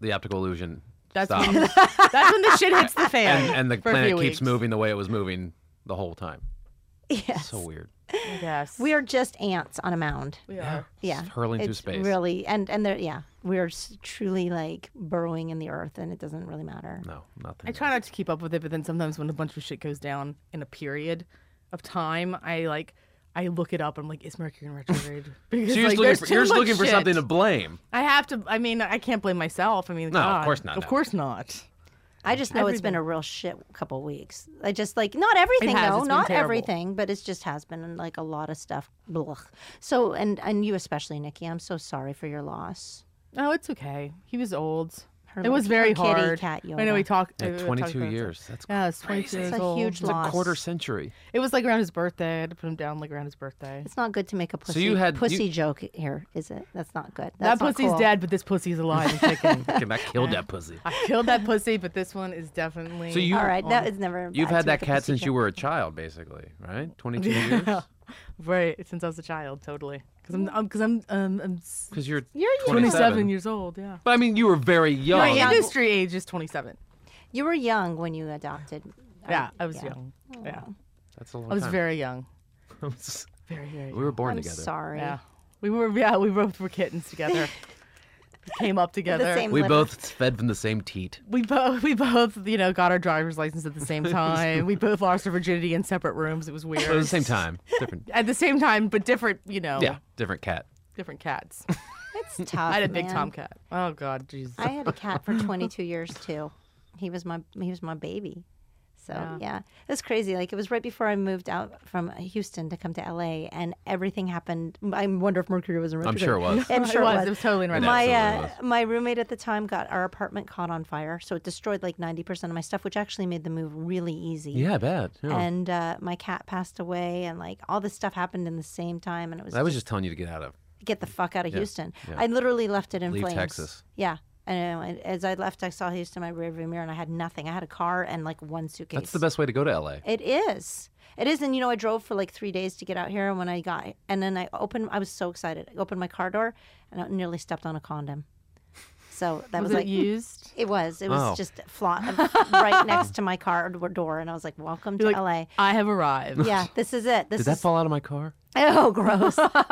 Speaker 3: the optical illusion
Speaker 2: That's
Speaker 3: stopped,
Speaker 2: when, that's when the shit hits the fan.
Speaker 3: and, and the
Speaker 2: for a
Speaker 3: planet
Speaker 2: few
Speaker 3: keeps
Speaker 2: weeks.
Speaker 3: moving the way it was moving the whole time.
Speaker 1: yes.
Speaker 3: So weird.
Speaker 2: Yes,
Speaker 1: we are just ants on a mound.
Speaker 2: We are.
Speaker 1: Yeah.
Speaker 3: Just hurling through
Speaker 1: It's
Speaker 3: space.
Speaker 1: Really, and and there, yeah, we're s- truly like burrowing in the earth, and it doesn't really matter.
Speaker 3: No, nothing.
Speaker 2: I try not to keep up with it, but then sometimes when a bunch of shit goes down in a period of time, I like I look it up. I'm like, is Mercury in retrograde? Because
Speaker 3: So you're just
Speaker 2: like,
Speaker 3: looking,
Speaker 2: there's
Speaker 3: for,
Speaker 2: too
Speaker 3: you're just
Speaker 2: much
Speaker 3: looking for
Speaker 2: shit.
Speaker 3: something to blame.
Speaker 2: I have to. I mean, I can't blame myself. I mean,
Speaker 3: No, of
Speaker 2: God,
Speaker 3: course not,
Speaker 2: Of
Speaker 3: no.
Speaker 2: course not.
Speaker 1: I just know it's been a real shit couple weeks. I just like not everything
Speaker 2: has. It's
Speaker 1: though,
Speaker 2: been
Speaker 1: not
Speaker 2: terrible.
Speaker 1: everything, but it's just has been like a lot of stuff. Blah. So and and you especially, Nikki. I'm so sorry for your loss.
Speaker 2: No, it's okay. He was old.
Speaker 1: Her
Speaker 2: it was
Speaker 1: little-
Speaker 2: very
Speaker 1: her kitty
Speaker 2: hard.
Speaker 1: cat
Speaker 2: I know we
Speaker 1: Yoda.
Speaker 2: talked.
Speaker 3: Yeah,
Speaker 2: we talked
Speaker 3: 22
Speaker 2: about it.
Speaker 3: years. That's
Speaker 2: Yeah, it's 22 years
Speaker 1: It's a
Speaker 2: old.
Speaker 1: huge
Speaker 3: a
Speaker 1: loss.
Speaker 3: quarter century.
Speaker 2: It was like around his birthday. I had to put him down like around his birthday.
Speaker 1: It's not good to make a pussy
Speaker 3: you had-
Speaker 1: pussy
Speaker 3: you-
Speaker 1: joke here, is it? That's not good.
Speaker 2: That
Speaker 1: That's not
Speaker 2: pussy's
Speaker 1: cool.
Speaker 2: dead, but this pussy's alive and kicking.
Speaker 3: Fucking, I killed that pussy.
Speaker 2: I killed that pussy, but this one is definitely.
Speaker 3: So you
Speaker 1: All right, that is never.
Speaker 3: you've
Speaker 1: bad
Speaker 3: had
Speaker 1: to
Speaker 3: that
Speaker 1: make a
Speaker 3: cat
Speaker 1: pussy
Speaker 3: since you
Speaker 1: joke.
Speaker 3: were a child, basically, right? 22 years.
Speaker 2: Right, since I was a child, totally. Because I'm, because I'm, um, I'm s-
Speaker 3: Because you're
Speaker 1: You're young.
Speaker 3: 27.
Speaker 2: 27 years old. Yeah.
Speaker 3: But I mean, you were very young.
Speaker 2: My industry age is 27.
Speaker 1: You were young when you adopted.
Speaker 2: Yeah, I was young.
Speaker 1: Oh.
Speaker 2: Yeah,
Speaker 3: That's a long
Speaker 2: I was
Speaker 3: time.
Speaker 2: very young.
Speaker 3: we
Speaker 2: Very, very.
Speaker 3: were born
Speaker 1: I'm
Speaker 3: together.
Speaker 1: sorry.
Speaker 2: Yeah, we were. Yeah, we both were kittens together. We came up together.
Speaker 1: same-
Speaker 3: We
Speaker 1: Liver.
Speaker 3: both fed from the same teat.
Speaker 2: We both, we both, you know, got our driver's license at the same time. we both lost our virginity in separate rooms. It was weird.
Speaker 3: But at the same time, different.
Speaker 2: At the same time, but different, you know,
Speaker 3: Yeah, different cat.
Speaker 2: different cats.
Speaker 1: It's tough.
Speaker 2: I had a big
Speaker 1: man.
Speaker 2: tomcat. Oh God, jeez.
Speaker 1: I had a cat for 22 years too. He was my he was my baby. So yeah. it was crazy. Like it was right before I moved out from Houston to come to LA, and everything happened. I wonder if Mercury was in
Speaker 3: I'm
Speaker 1: retrograde.
Speaker 3: sure it was.
Speaker 1: I'm
Speaker 2: It
Speaker 1: sure
Speaker 2: was. It was totally in retrograde.
Speaker 1: My uh,
Speaker 3: Absolutely
Speaker 1: my roommate at the time got our apartment caught on fire, so it destroyed like 90% of my stuff, which actually made the move really easy.
Speaker 3: Yeah, bad. Yeah.
Speaker 1: And uh, my cat passed away, and like all this stuff happened in the same time, and it was
Speaker 3: I was just telling you to get out of.
Speaker 1: get the fuck out of Houston. I literally left it in
Speaker 3: Leave
Speaker 1: flames.
Speaker 3: Texas.
Speaker 1: Yeah. And uh, as I left, I saw Houston in my rearview mirror, and I had nothing. I had a car and like one suitcase.
Speaker 3: That's the best way to go to LA.
Speaker 1: It is. It is. And you know, I drove for like three days to get out here. And when I got, and then I opened, I was so excited. I opened my car door, and I nearly stepped on a condom. So that was,
Speaker 2: was it
Speaker 1: like. hmm.
Speaker 2: used?
Speaker 1: It was. It was
Speaker 3: Oh.
Speaker 1: just fla- right next to my car door, and I was like, "Welcome to
Speaker 2: You're like,
Speaker 1: LA."
Speaker 2: I have arrived.
Speaker 1: Yeah, this is it. This is
Speaker 3: Did that fall out of my car?
Speaker 1: Oh, gross.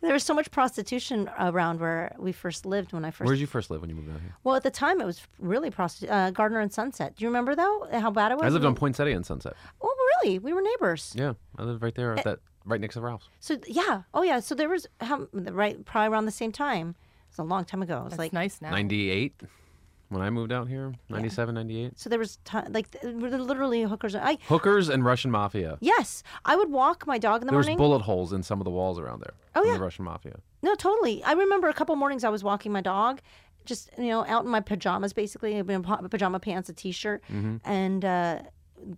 Speaker 1: there was so much prostitution around where we first lived when I first.
Speaker 3: Where did you first live when you moved out here?
Speaker 1: well, at the time, it was really prostitution. Uh, Gardner and Sunset. Do you remember, though, how bad it was?
Speaker 3: I lived on Poinsettia and Sunset.
Speaker 1: Oh, really? We were neighbors.
Speaker 3: Yeah, I lived right
Speaker 1: Eh.
Speaker 3: there, at that right next to Ralph's.
Speaker 1: So, yeah. Oh, yeah. So there was, how, right, probably around the same time. It's a long time ago. It was
Speaker 2: It's
Speaker 1: like.
Speaker 2: nice now.
Speaker 3: 98 when I moved out here. 97, 98.
Speaker 1: So there was, t- like, th- were there literally hookers. I
Speaker 3: Hookers and Russian mafia.
Speaker 1: Yes. I would walk my dog in the
Speaker 3: There was
Speaker 1: morning.
Speaker 3: bullet holes in some of the walls around there.
Speaker 1: Oh,
Speaker 3: from
Speaker 1: yeah.
Speaker 3: The Russian mafia.
Speaker 1: No, totally. I remember a couple mornings I was walking my dog, just you know, out in my pajamas, basically, in pa- pajama pants, a t-shirt,
Speaker 3: Mm-hmm.
Speaker 1: and uh,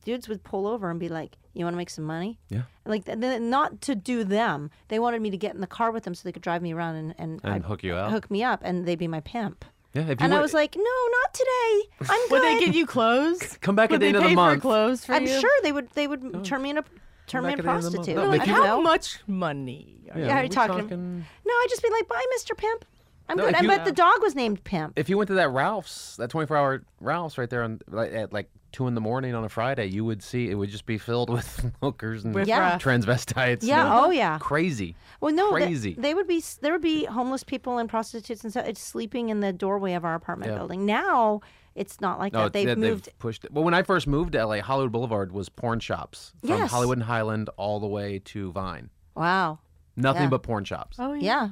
Speaker 1: dudes would pull over and be like, "You want to make some money?"
Speaker 3: Yeah.
Speaker 1: Like, th- th- not to do them. They wanted me to get in the car with them so they could drive me around and and,
Speaker 3: And
Speaker 1: I'd-
Speaker 3: hook you up.
Speaker 1: hook me up, and they'd be my pimp.
Speaker 3: yeah. If you
Speaker 1: And I
Speaker 3: went-
Speaker 1: was like, "No, not today. I'm
Speaker 2: Would
Speaker 1: good."
Speaker 2: they give you clothes?
Speaker 3: Come back at the
Speaker 2: Would they
Speaker 3: end of the
Speaker 2: pay
Speaker 3: month.
Speaker 2: For clothes for
Speaker 1: I'm
Speaker 2: you?
Speaker 1: sure they would. They would turn me in a turn me in
Speaker 3: Back at the end of the
Speaker 1: prostitute.
Speaker 3: month. No,
Speaker 1: I
Speaker 3: like,
Speaker 2: Like,
Speaker 1: don't
Speaker 2: how
Speaker 1: know.
Speaker 2: much money? Are
Speaker 3: yeah,
Speaker 1: Yeah,
Speaker 3: are
Speaker 1: you're
Speaker 3: we
Speaker 1: talking- No, I'd just be like, "Bye, Mr. Pimp. I'm
Speaker 3: No,
Speaker 1: good."
Speaker 3: if
Speaker 1: I
Speaker 3: you-
Speaker 1: bet the dog was named Pimp.
Speaker 3: If you went to that Ralph's, that 24 hour Ralph's right there on, like, at like 2 in the morning on a Friday, you would see it would just be filled with hookers and
Speaker 2: With,
Speaker 1: Yeah.
Speaker 2: uh,
Speaker 3: transvestites.
Speaker 1: Yeah.
Speaker 3: and-
Speaker 1: Oh, yeah.
Speaker 3: Crazy.
Speaker 1: Well, no, they-
Speaker 3: Crazy.
Speaker 1: They, would be there would be homeless people and prostitutes and so it's sleeping in the doorway of our apartment
Speaker 3: Yeah.
Speaker 1: building. Now it's not like
Speaker 3: No,
Speaker 1: that. They've
Speaker 3: they-
Speaker 1: moved.
Speaker 3: pushed it. Well, when I first moved to LA, Hollywood Boulevard was porn shops from
Speaker 1: Yes.
Speaker 3: Hollywood and Highland all the way to Vine.
Speaker 1: Wow.
Speaker 3: Nothing
Speaker 1: Yeah.
Speaker 3: but porn shops.
Speaker 2: Oh
Speaker 1: Yeah,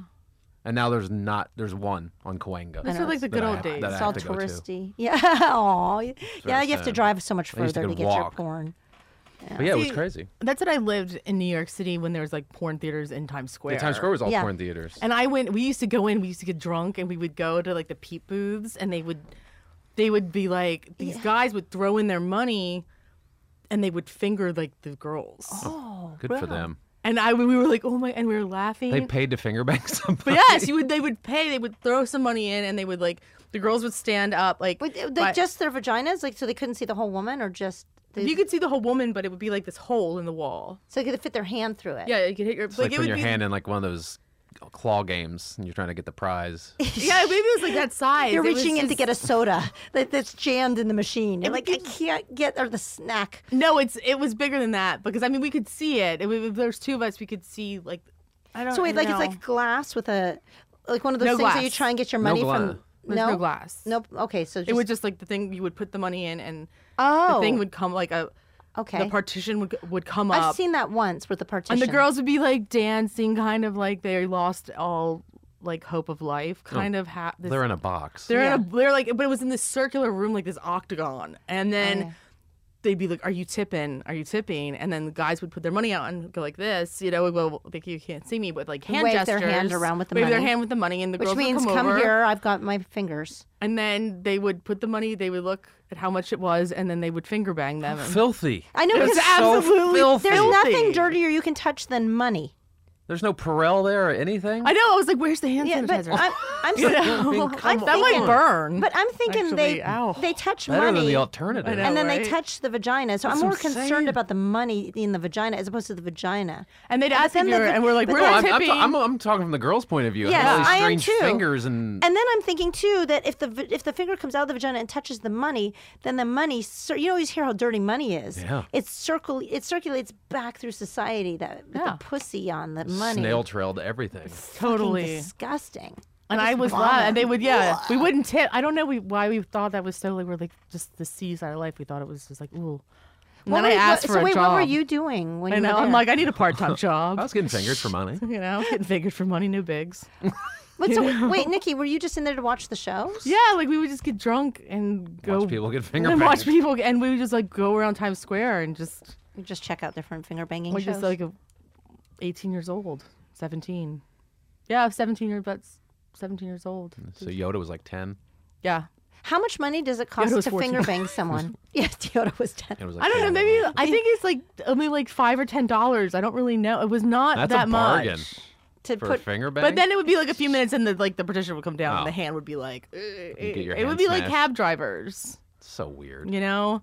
Speaker 3: And now there's not. There's one on Coenga.
Speaker 2: Those are like the
Speaker 3: that
Speaker 2: good
Speaker 3: I
Speaker 2: old
Speaker 3: have-
Speaker 2: days.
Speaker 3: that I
Speaker 1: it's
Speaker 3: have
Speaker 1: all
Speaker 3: to go to.
Speaker 1: touristy. Yeah. Aw. Yeah, you have to
Speaker 3: sad.
Speaker 1: drive so much
Speaker 3: I used to
Speaker 1: further to
Speaker 3: go
Speaker 1: get your
Speaker 3: walk.
Speaker 1: porn.
Speaker 3: But yeah, it was
Speaker 2: See,
Speaker 3: crazy.
Speaker 2: That's what I lived in New York City when there was like porn theaters in Times Square.
Speaker 3: The Times Square was all
Speaker 1: Yeah.
Speaker 3: porn theaters.
Speaker 2: And I went. We used to go in. We used to get drunk, and we would go to like the peep booths, and they would, they would be like these guys would throw in their money, and they would finger like the girls.
Speaker 1: Oh,
Speaker 3: Good for them.
Speaker 2: And I we were like, oh my, and we were laughing.
Speaker 3: They paid to finger bang somebody.
Speaker 2: but yes, you would. They would pay. They would throw some money in, and they would like the girls would stand up like.
Speaker 1: Wait, uh, they,
Speaker 2: by-
Speaker 1: just their vaginas, like so they couldn't see the whole woman, or just they,
Speaker 2: you could see the whole woman, but it would be like this hole in the wall.
Speaker 1: so they could fit their hand through it.
Speaker 2: Yeah, you could hit your
Speaker 3: It's like,
Speaker 2: it
Speaker 3: putting
Speaker 2: would
Speaker 3: your
Speaker 2: be
Speaker 3: hand in like one of those claw games and you're trying to get the prize.
Speaker 2: Yeah, maybe it was like that size.
Speaker 1: You're
Speaker 2: It was
Speaker 1: reaching in to
Speaker 2: just-
Speaker 1: get a soda that, that's jammed in the machine. You're like, I can't get or the snack.
Speaker 2: No, it's it was bigger than that because I mean we could see it. it was, there's two of us. We could see like I don't.
Speaker 1: So wait,
Speaker 2: I
Speaker 1: like
Speaker 2: don't
Speaker 1: it's like glass with a like one of those
Speaker 2: No
Speaker 1: things that you
Speaker 2: glass.
Speaker 1: try and get your
Speaker 3: No
Speaker 1: money
Speaker 3: glass.
Speaker 1: from.
Speaker 2: There's no glass.
Speaker 1: Nope. Okay, so just,
Speaker 2: It was just like the thing you would put the money in, and
Speaker 1: oh
Speaker 2: the thing would come like a
Speaker 1: okay.
Speaker 2: the partition would would come up,
Speaker 1: I've seen that once with the partition.
Speaker 2: and the girls would be like dancing, kind of like they lost all like hope of life, kind of ha- this
Speaker 3: They're in a box.
Speaker 2: They're in a they're like but it was in this circular room like this octagon. And
Speaker 1: Oh,
Speaker 2: then they'd be like, Are you tipping? Are you tipping? And then the guys would put their money out and go like this, you know, well like you can't see me, but like hand
Speaker 1: Wave
Speaker 2: gestures.
Speaker 1: their hand around with the
Speaker 2: wave their
Speaker 1: money.
Speaker 2: hand with the money and the
Speaker 1: which
Speaker 2: girls
Speaker 1: means
Speaker 2: would
Speaker 1: come,
Speaker 2: come, over,
Speaker 1: here. I've got my fingers.
Speaker 2: And then they would put the money, they would look at how much it was, and then they would finger bang them. And-
Speaker 3: filthy.
Speaker 1: I know
Speaker 2: It was
Speaker 1: because
Speaker 2: absolutely
Speaker 3: filthy.
Speaker 1: there's nothing
Speaker 2: Oh, filthy.
Speaker 1: dirtier you can touch than money.
Speaker 3: There's no Perel there or anything.
Speaker 2: I know, I was like, Where's the hand
Speaker 1: Yeah, but
Speaker 2: sanitizer?
Speaker 1: I'm, I'm,
Speaker 2: You
Speaker 1: s-
Speaker 2: know?
Speaker 3: mean,
Speaker 1: I'm
Speaker 3: come
Speaker 2: that might
Speaker 1: thinking,
Speaker 2: burn.
Speaker 1: but I'm thinking they
Speaker 2: Actually, ow.
Speaker 1: they touch
Speaker 3: Better
Speaker 1: money.
Speaker 3: than the alternative.
Speaker 2: I know.
Speaker 1: and then they
Speaker 2: right?
Speaker 1: touch the vagina, so I'm
Speaker 3: That's
Speaker 1: more
Speaker 3: what I'm saying.
Speaker 1: concerned about the money in the vagina as opposed to the vagina.
Speaker 2: and they'd ask if
Speaker 1: then
Speaker 2: you
Speaker 1: the-
Speaker 2: were, and we're like,
Speaker 1: but
Speaker 2: We're
Speaker 1: then-
Speaker 2: not
Speaker 3: I'm, I'm,
Speaker 2: tipping.
Speaker 3: I'm, I'm talking from the girl's point of view.
Speaker 1: Yes,
Speaker 3: all these
Speaker 1: I am
Speaker 3: strange
Speaker 1: too.
Speaker 3: fingers and,
Speaker 1: And then I'm thinking too that if the v- if the finger comes out of the vagina and touches the money, then the money cir- you always hear how dirty money is.
Speaker 3: Yeah.
Speaker 1: It's circle it circulates back through society that with
Speaker 2: Yeah.
Speaker 1: the pussy on the money.
Speaker 3: snail trail to everything.
Speaker 1: Fucking
Speaker 2: totally.
Speaker 1: disgusting.
Speaker 2: And I was
Speaker 1: vomit.
Speaker 2: loud, and they would, yeah, we wouldn't tip. I don't know we, why we thought that was so like we're like just the seaside of life. We thought it was just like ooh. And
Speaker 1: What
Speaker 2: then
Speaker 1: were-
Speaker 2: I asked
Speaker 1: what-
Speaker 2: for
Speaker 1: so
Speaker 2: a
Speaker 1: wait,
Speaker 2: job.
Speaker 1: what were you doing when
Speaker 2: I
Speaker 1: you
Speaker 2: know.
Speaker 1: were
Speaker 2: I'm
Speaker 1: there?
Speaker 2: like I need a part-time
Speaker 3: I
Speaker 2: job.
Speaker 3: was getting fingered for money.
Speaker 2: You know, getting fingered for money, no bigs.
Speaker 1: Wait, so, wait, Nikki, were you just in there to watch the shows?
Speaker 2: yeah, like we would just get drunk and go
Speaker 3: Watch people get
Speaker 2: and
Speaker 3: finger
Speaker 2: then watch
Speaker 3: banged.
Speaker 2: people, and we would just like go around Times Square and just
Speaker 1: You just check out different finger banging
Speaker 2: we're
Speaker 1: shows.
Speaker 2: just like a, 18 years old, 17. Yeah, 17 years, but 17 years old.
Speaker 1: Mm.
Speaker 3: So Yoda was like 10.
Speaker 2: Yeah.
Speaker 1: How much money does it cost
Speaker 2: Yoda was
Speaker 1: to
Speaker 2: 14.
Speaker 1: finger bang someone? yeah, Yoda was ten.
Speaker 3: It was like
Speaker 2: I don't know.
Speaker 3: 10.
Speaker 2: Maybe I think it's like only like five or ten dollars. I don't really know. It was not
Speaker 3: That's
Speaker 2: that
Speaker 3: a bargain
Speaker 2: much.
Speaker 1: To
Speaker 3: for a
Speaker 1: put
Speaker 3: finger bang.
Speaker 2: But then it would be like a few minutes, and the like the partition would come down,
Speaker 3: Oh.
Speaker 2: and the hand would be like. "Eh, eh,
Speaker 3: get your
Speaker 2: eh." it
Speaker 3: hand
Speaker 2: would be like
Speaker 3: smashed.
Speaker 2: cab drivers,
Speaker 3: It's so weird.
Speaker 2: you know.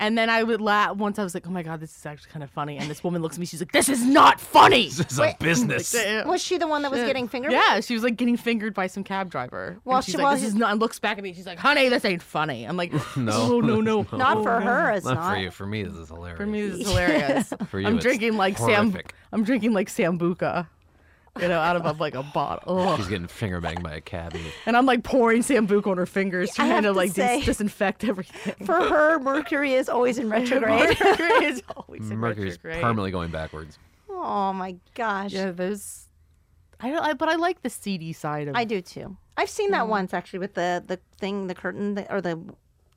Speaker 2: And then I would laugh. Once I was like, "Oh my god, this is actually kind of funny." And this woman looks at me. She's like, "This is not funny."
Speaker 3: This is a business.
Speaker 2: yeah,
Speaker 1: was she the one that was getting finger?
Speaker 2: she was like getting fingered by some cab driver.
Speaker 1: Well,
Speaker 2: and she's
Speaker 1: she-
Speaker 2: like,
Speaker 1: well,
Speaker 2: "This
Speaker 1: he-
Speaker 2: is not." And looks back at me. She's like, "Honey, this ain't funny." I'm like,
Speaker 3: No,
Speaker 2: "No, no, no,
Speaker 1: bang? Not for her, it's
Speaker 3: Oh, Not,
Speaker 1: not.
Speaker 3: for you. For me, this is hilarious.
Speaker 2: For me, this is hilarious.
Speaker 3: For you,
Speaker 2: I'm
Speaker 3: it's
Speaker 2: drinking like
Speaker 3: horrific.
Speaker 2: Sam. I'm drinking like sambuca, you know, out of a, like a bottle, Ugh.
Speaker 3: she's getting finger banged by a cabbie.
Speaker 2: and I'm like pouring sambuca on her fingers,
Speaker 1: I
Speaker 2: trying
Speaker 1: have
Speaker 2: to
Speaker 1: to
Speaker 2: like
Speaker 1: say-
Speaker 2: dis- disinfect everything.
Speaker 1: For her, Mercury is always in retrograde.
Speaker 2: Mercury is always in
Speaker 3: Mercury's
Speaker 2: retrograde.
Speaker 3: permanently going backwards.
Speaker 1: oh my gosh.
Speaker 2: Yeah, those. I don't. I, but I like the seedy side of.
Speaker 1: I do too. I've seen that once actually with the the thing, the curtain, the, or the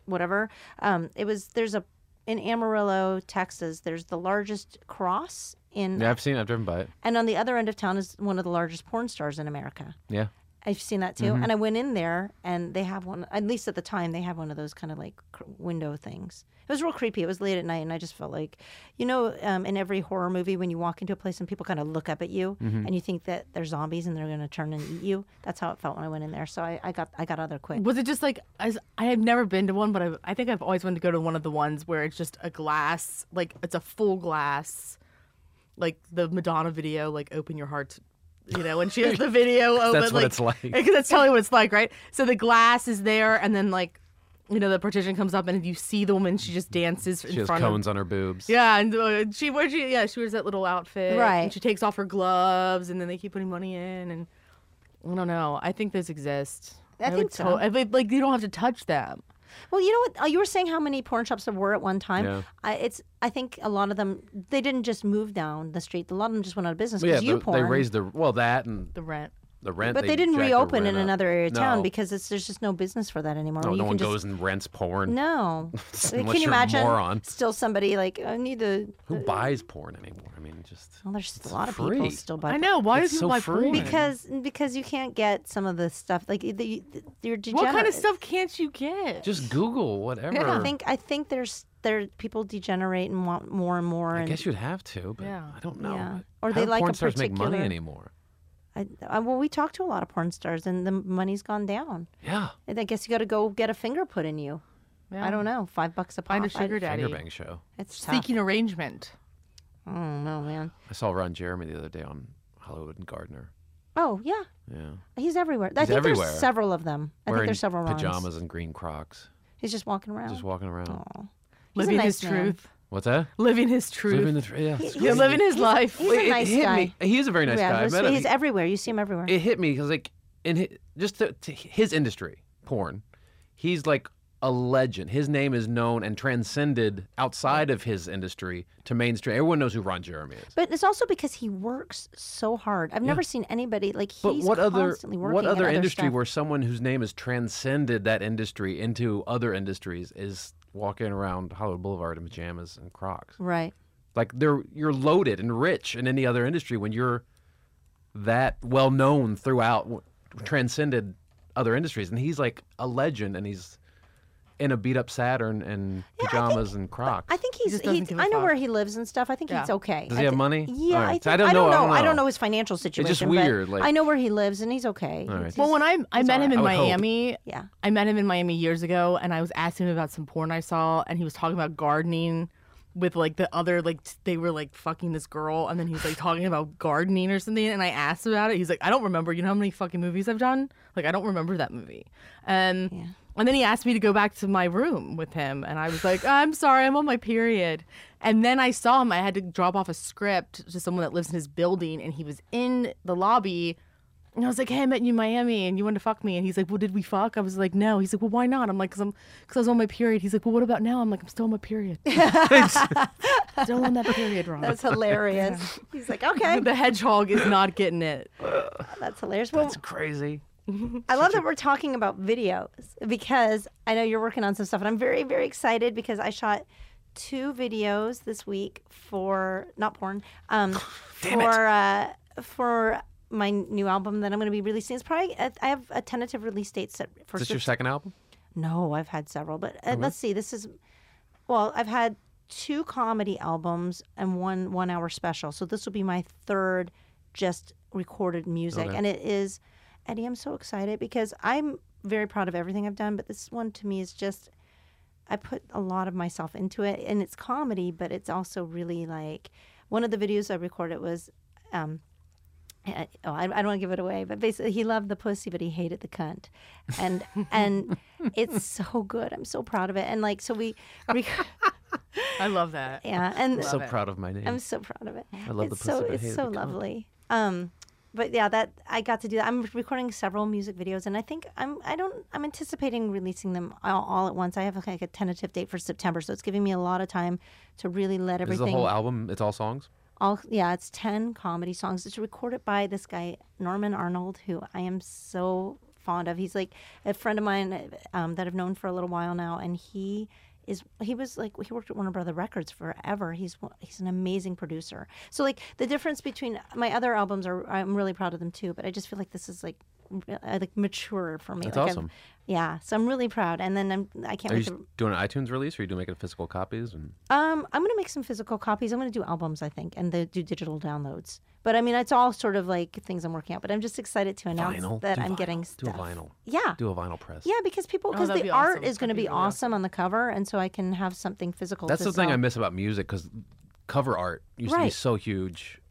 Speaker 1: whatever. Um, it was there's a in Amarillo, Texas. There's the largest cross in,
Speaker 3: Yeah, I've seen. it. I've driven by it.
Speaker 1: and on the other end of town is one of the largest porn stars in America.
Speaker 3: Yeah.
Speaker 1: I've seen that too,
Speaker 3: Mm-hmm.
Speaker 1: and I went in there, and they have one. At least at the time, they had one of those kind of like cr- window things. It was real creepy. It was late at night, and I just felt like, you know, um, in every horror movie, when you walk into a place and people kind of look up at you,
Speaker 3: Mm-hmm.
Speaker 1: and you think that they're zombies and they're going to turn and eat you. That's how it felt when I went in there. So I, I got I got out of there quick.
Speaker 2: Was it just like I, I have never been to one, but I, I think I've always wanted to go to one of the ones where it's just a glass, like it's a full glass, like the Madonna video, like "Open Your Heart," you know, when she has the video open.
Speaker 3: that's what it's like.
Speaker 2: Because that's totally what it's like, right? So the glass is there, and then like, you know, the partition comes up, and you see the woman. She just dances in
Speaker 3: She has
Speaker 2: front of
Speaker 3: cones on her boobs.
Speaker 2: yeah, and uh, she where she yeah she wears that little outfit,
Speaker 1: Right.
Speaker 2: And she takes off her gloves, and then they keep putting money in, and I don't know. I think those exist.
Speaker 1: I
Speaker 2: would
Speaker 1: think so.
Speaker 2: I would- like you don't have to touch them.
Speaker 1: Well, you know what? uh, You were saying how many porn shops there were at one time.
Speaker 3: Yeah.
Speaker 1: I, it's I think a lot of them they didn't just move down the street. A lot of them just went out of business
Speaker 3: But yeah.
Speaker 1: because you
Speaker 3: the- they
Speaker 1: porn.
Speaker 3: raised the well that and
Speaker 2: The rent.
Speaker 3: The rent,
Speaker 1: But they, didn't
Speaker 3: jacked the
Speaker 1: reopen
Speaker 3: rent
Speaker 1: in
Speaker 3: up.
Speaker 1: another area of town
Speaker 3: No.
Speaker 1: because it's, there's just no business for that anymore.
Speaker 3: no,
Speaker 1: You
Speaker 3: no
Speaker 1: can
Speaker 3: one
Speaker 1: just-
Speaker 3: goes and rents porn.
Speaker 1: No. Can
Speaker 3: Unless
Speaker 1: you
Speaker 3: you're a
Speaker 1: imagine?
Speaker 3: moron.
Speaker 1: Still somebody like, I need to. uh,
Speaker 3: Who buys porn anymore? I mean, just
Speaker 1: Well, there's a lot of
Speaker 3: free.
Speaker 1: people still buy
Speaker 2: I know. Why do
Speaker 3: It's
Speaker 2: people
Speaker 3: so
Speaker 2: buy
Speaker 3: free.
Speaker 2: porn?
Speaker 1: Because because you can't get some of the stuff like the, the, you're
Speaker 2: what
Speaker 1: degenerate.
Speaker 2: kind of stuff can't you get?
Speaker 3: just Google whatever.
Speaker 1: I think I think there's there people degenerate and want more and more.
Speaker 3: I
Speaker 1: And
Speaker 3: guess you'd have to, but
Speaker 2: Yeah.
Speaker 3: I don't know.
Speaker 1: Yeah.
Speaker 3: Like,
Speaker 1: Or
Speaker 3: how
Speaker 1: they
Speaker 3: do
Speaker 1: like a
Speaker 3: porn stars make money
Speaker 1: particular-
Speaker 3: anymore.
Speaker 1: I, I, well, we talk to a lot of porn stars, and the money's gone down.
Speaker 3: Yeah,
Speaker 1: And I guess you got to go get a finger put in you.
Speaker 2: Yeah.
Speaker 1: I don't know, five bucks a pop.
Speaker 2: Find a
Speaker 1: I-
Speaker 2: sugar daddy.
Speaker 3: finger bang show.
Speaker 1: It's tough.
Speaker 2: Seeking arrangement.
Speaker 1: Oh no, man.
Speaker 3: I saw Ron Jeremy the other day on Hollywood and Gardner.
Speaker 1: Oh yeah,
Speaker 3: Yeah,
Speaker 1: he's everywhere. I
Speaker 3: He's
Speaker 1: think
Speaker 3: everywhere.
Speaker 1: there's several of them. I
Speaker 3: wearing
Speaker 1: think there's several Oh. Rons.
Speaker 3: pajamas and green Crocs,
Speaker 1: He's just walking around.
Speaker 3: just walking around.
Speaker 1: Aw. He's a
Speaker 2: Living
Speaker 1: nice
Speaker 2: his
Speaker 1: man.
Speaker 2: truth.
Speaker 3: What's that?
Speaker 2: Living his truth.
Speaker 3: Living the tr- yeah. it's
Speaker 1: he's-
Speaker 2: yeah,
Speaker 3: crazy.
Speaker 2: living his life.
Speaker 1: he's
Speaker 3: Wait,
Speaker 1: a nice
Speaker 3: it hit
Speaker 1: guy.
Speaker 3: Me. He is a very nice
Speaker 1: yeah,
Speaker 3: guy. I
Speaker 1: there's-
Speaker 3: met him.
Speaker 1: he's everywhere. You see him everywhere.
Speaker 3: it hit me because like in his, just to, to his industry, porn, he's like a legend. His name is known and transcended outside of his industry to mainstream. Everyone knows who Ron Jeremy is.
Speaker 1: But it's also because he works so hard. I've never seen anybody like he's
Speaker 3: But what other
Speaker 1: constantly working.
Speaker 3: what
Speaker 1: at
Speaker 3: other industry
Speaker 1: stuff.
Speaker 3: where someone whose name has transcended that industry into other industries is walking around Hollywood Boulevard in pajamas and Crocs?
Speaker 1: Right.
Speaker 3: Like they're you're loaded and rich in any other industry when you're that well known throughout w- transcended other industries and he's like a legend and he's in a beat up Saturn and pajamas and Crocs.
Speaker 1: I think he's.
Speaker 2: just
Speaker 1: He
Speaker 2: doesn't give a
Speaker 1: I know
Speaker 2: fuck.
Speaker 1: where he lives and stuff. I think he's
Speaker 2: Yeah.
Speaker 1: okay.
Speaker 3: Does
Speaker 1: I
Speaker 3: he have
Speaker 1: thi-
Speaker 3: money?
Speaker 1: Yeah,
Speaker 3: All
Speaker 1: I,
Speaker 3: right.
Speaker 1: think,
Speaker 3: I don't know. I don't
Speaker 1: I don't
Speaker 3: know.
Speaker 1: know his financial situation.
Speaker 3: weird,
Speaker 1: But
Speaker 3: like-
Speaker 1: I know where he lives and he's okay.
Speaker 3: All right.
Speaker 1: He's-
Speaker 2: Well, when I I met him in
Speaker 3: I would hope.
Speaker 2: Miami,
Speaker 1: Yeah.
Speaker 2: I met him in Miami years ago, and I was asking him about some porn I saw, and he was talking about gardening with like the other like t- they were like fucking this girl, and then he was like talking about gardening or something, and I asked about it. He's like, I don't remember. You know how many fucking movies I've done? Like I don't remember that movie. Um, and then he asked me to go back to my room with him, and I was like, I'm sorry, I'm on my period. And then I saw him. I had to drop off a script to someone that lives in his building, and he was in the lobby. And I was like, hey, I met you in Miami and you wanted to fuck me. And he's like, well, did we fuck? I was like, no. He's like, well, why not? I'm like, because I'm, because I was on my period. He's like, well, what about now? I'm like, I'm still on my period. still on that period, Ron.
Speaker 1: That's hilarious. He's like, okay,
Speaker 2: the hedgehog is not getting it.
Speaker 1: that's hilarious. Well,
Speaker 3: It's crazy.
Speaker 1: I love that we're talking about videos because I know you're working on some stuff, and I'm very, very excited because I shot two videos this week for not porn, um, for uh, for my new album that I'm going to be releasing. It's probably I I have a tentative release date set for
Speaker 3: Is this
Speaker 1: Sep-
Speaker 3: your second album?
Speaker 1: no, I've had several, but uh, let's see. This is well, I've had two comedy albums and one one hour special. So this will be my third just recorded music, and it is Eddie. I'm so excited because I'm very proud of everything I've done, but this one to me is just I put a lot of myself into it, and it's comedy, but it's also really like one of the videos I recorded was. Um, I- oh, I, I don't want to give it away, but basically, he loved the pussy, but he hated the cunt, and and it's so good. I'm so proud of it, and like so we, we
Speaker 2: I love that.
Speaker 1: yeah, and
Speaker 3: so proud of my name.
Speaker 1: I'm so proud of it. I
Speaker 3: love the
Speaker 1: it's so
Speaker 3: pussy, but I
Speaker 1: it's
Speaker 3: hated
Speaker 1: so
Speaker 3: the cunt.
Speaker 1: lovely. Um, but yeah, that I got to do that. I'm recording several music videos, and I think I'm I don't I'm anticipating releasing them all, all at once. I have like a tentative date for September, so it's giving me a lot of time to really let
Speaker 3: is
Speaker 1: everything
Speaker 3: the whole album? It's all songs.
Speaker 1: all yeah it's 10 comedy songs it's recorded by this guy norman arnold who i am so fond of he's like a friend of mine um, that i've known for a little while now and he is he was like he worked at warner brother records forever he's one- he's an amazing producer so like the difference between my other albums are i'm really proud of them too but i just feel like this is like re- uh, like mature for me
Speaker 3: That's
Speaker 1: Like, I've-
Speaker 3: awesome.
Speaker 1: yeah so i'm really proud and then i'm i can't
Speaker 3: Are
Speaker 1: wait
Speaker 3: you
Speaker 1: to
Speaker 3: s- doing an iTunes release, or are you doing making physical copies? And
Speaker 1: um, I'm gonna make some physical copies. I'm gonna do albums, I think, and the, do digital downloads. But I mean, it's all sort of like things I'm working out. But I'm just excited to announce
Speaker 3: vinyl.
Speaker 1: that
Speaker 3: Do
Speaker 1: I'm
Speaker 3: vinyl.
Speaker 1: getting
Speaker 3: do a
Speaker 1: stuff.
Speaker 3: vinyl.
Speaker 1: Yeah,
Speaker 3: Do a vinyl press.
Speaker 1: yeah, because people because
Speaker 2: Oh, that'd
Speaker 1: the
Speaker 2: be
Speaker 1: art
Speaker 2: awesome.
Speaker 1: is going to
Speaker 2: That'd be
Speaker 1: be
Speaker 2: really
Speaker 1: awesome on the cover, and so I can have something physical.
Speaker 3: That's
Speaker 1: to
Speaker 3: the thing
Speaker 1: sell.
Speaker 3: I miss about music because cover art used to be
Speaker 1: Right.
Speaker 3: so huge.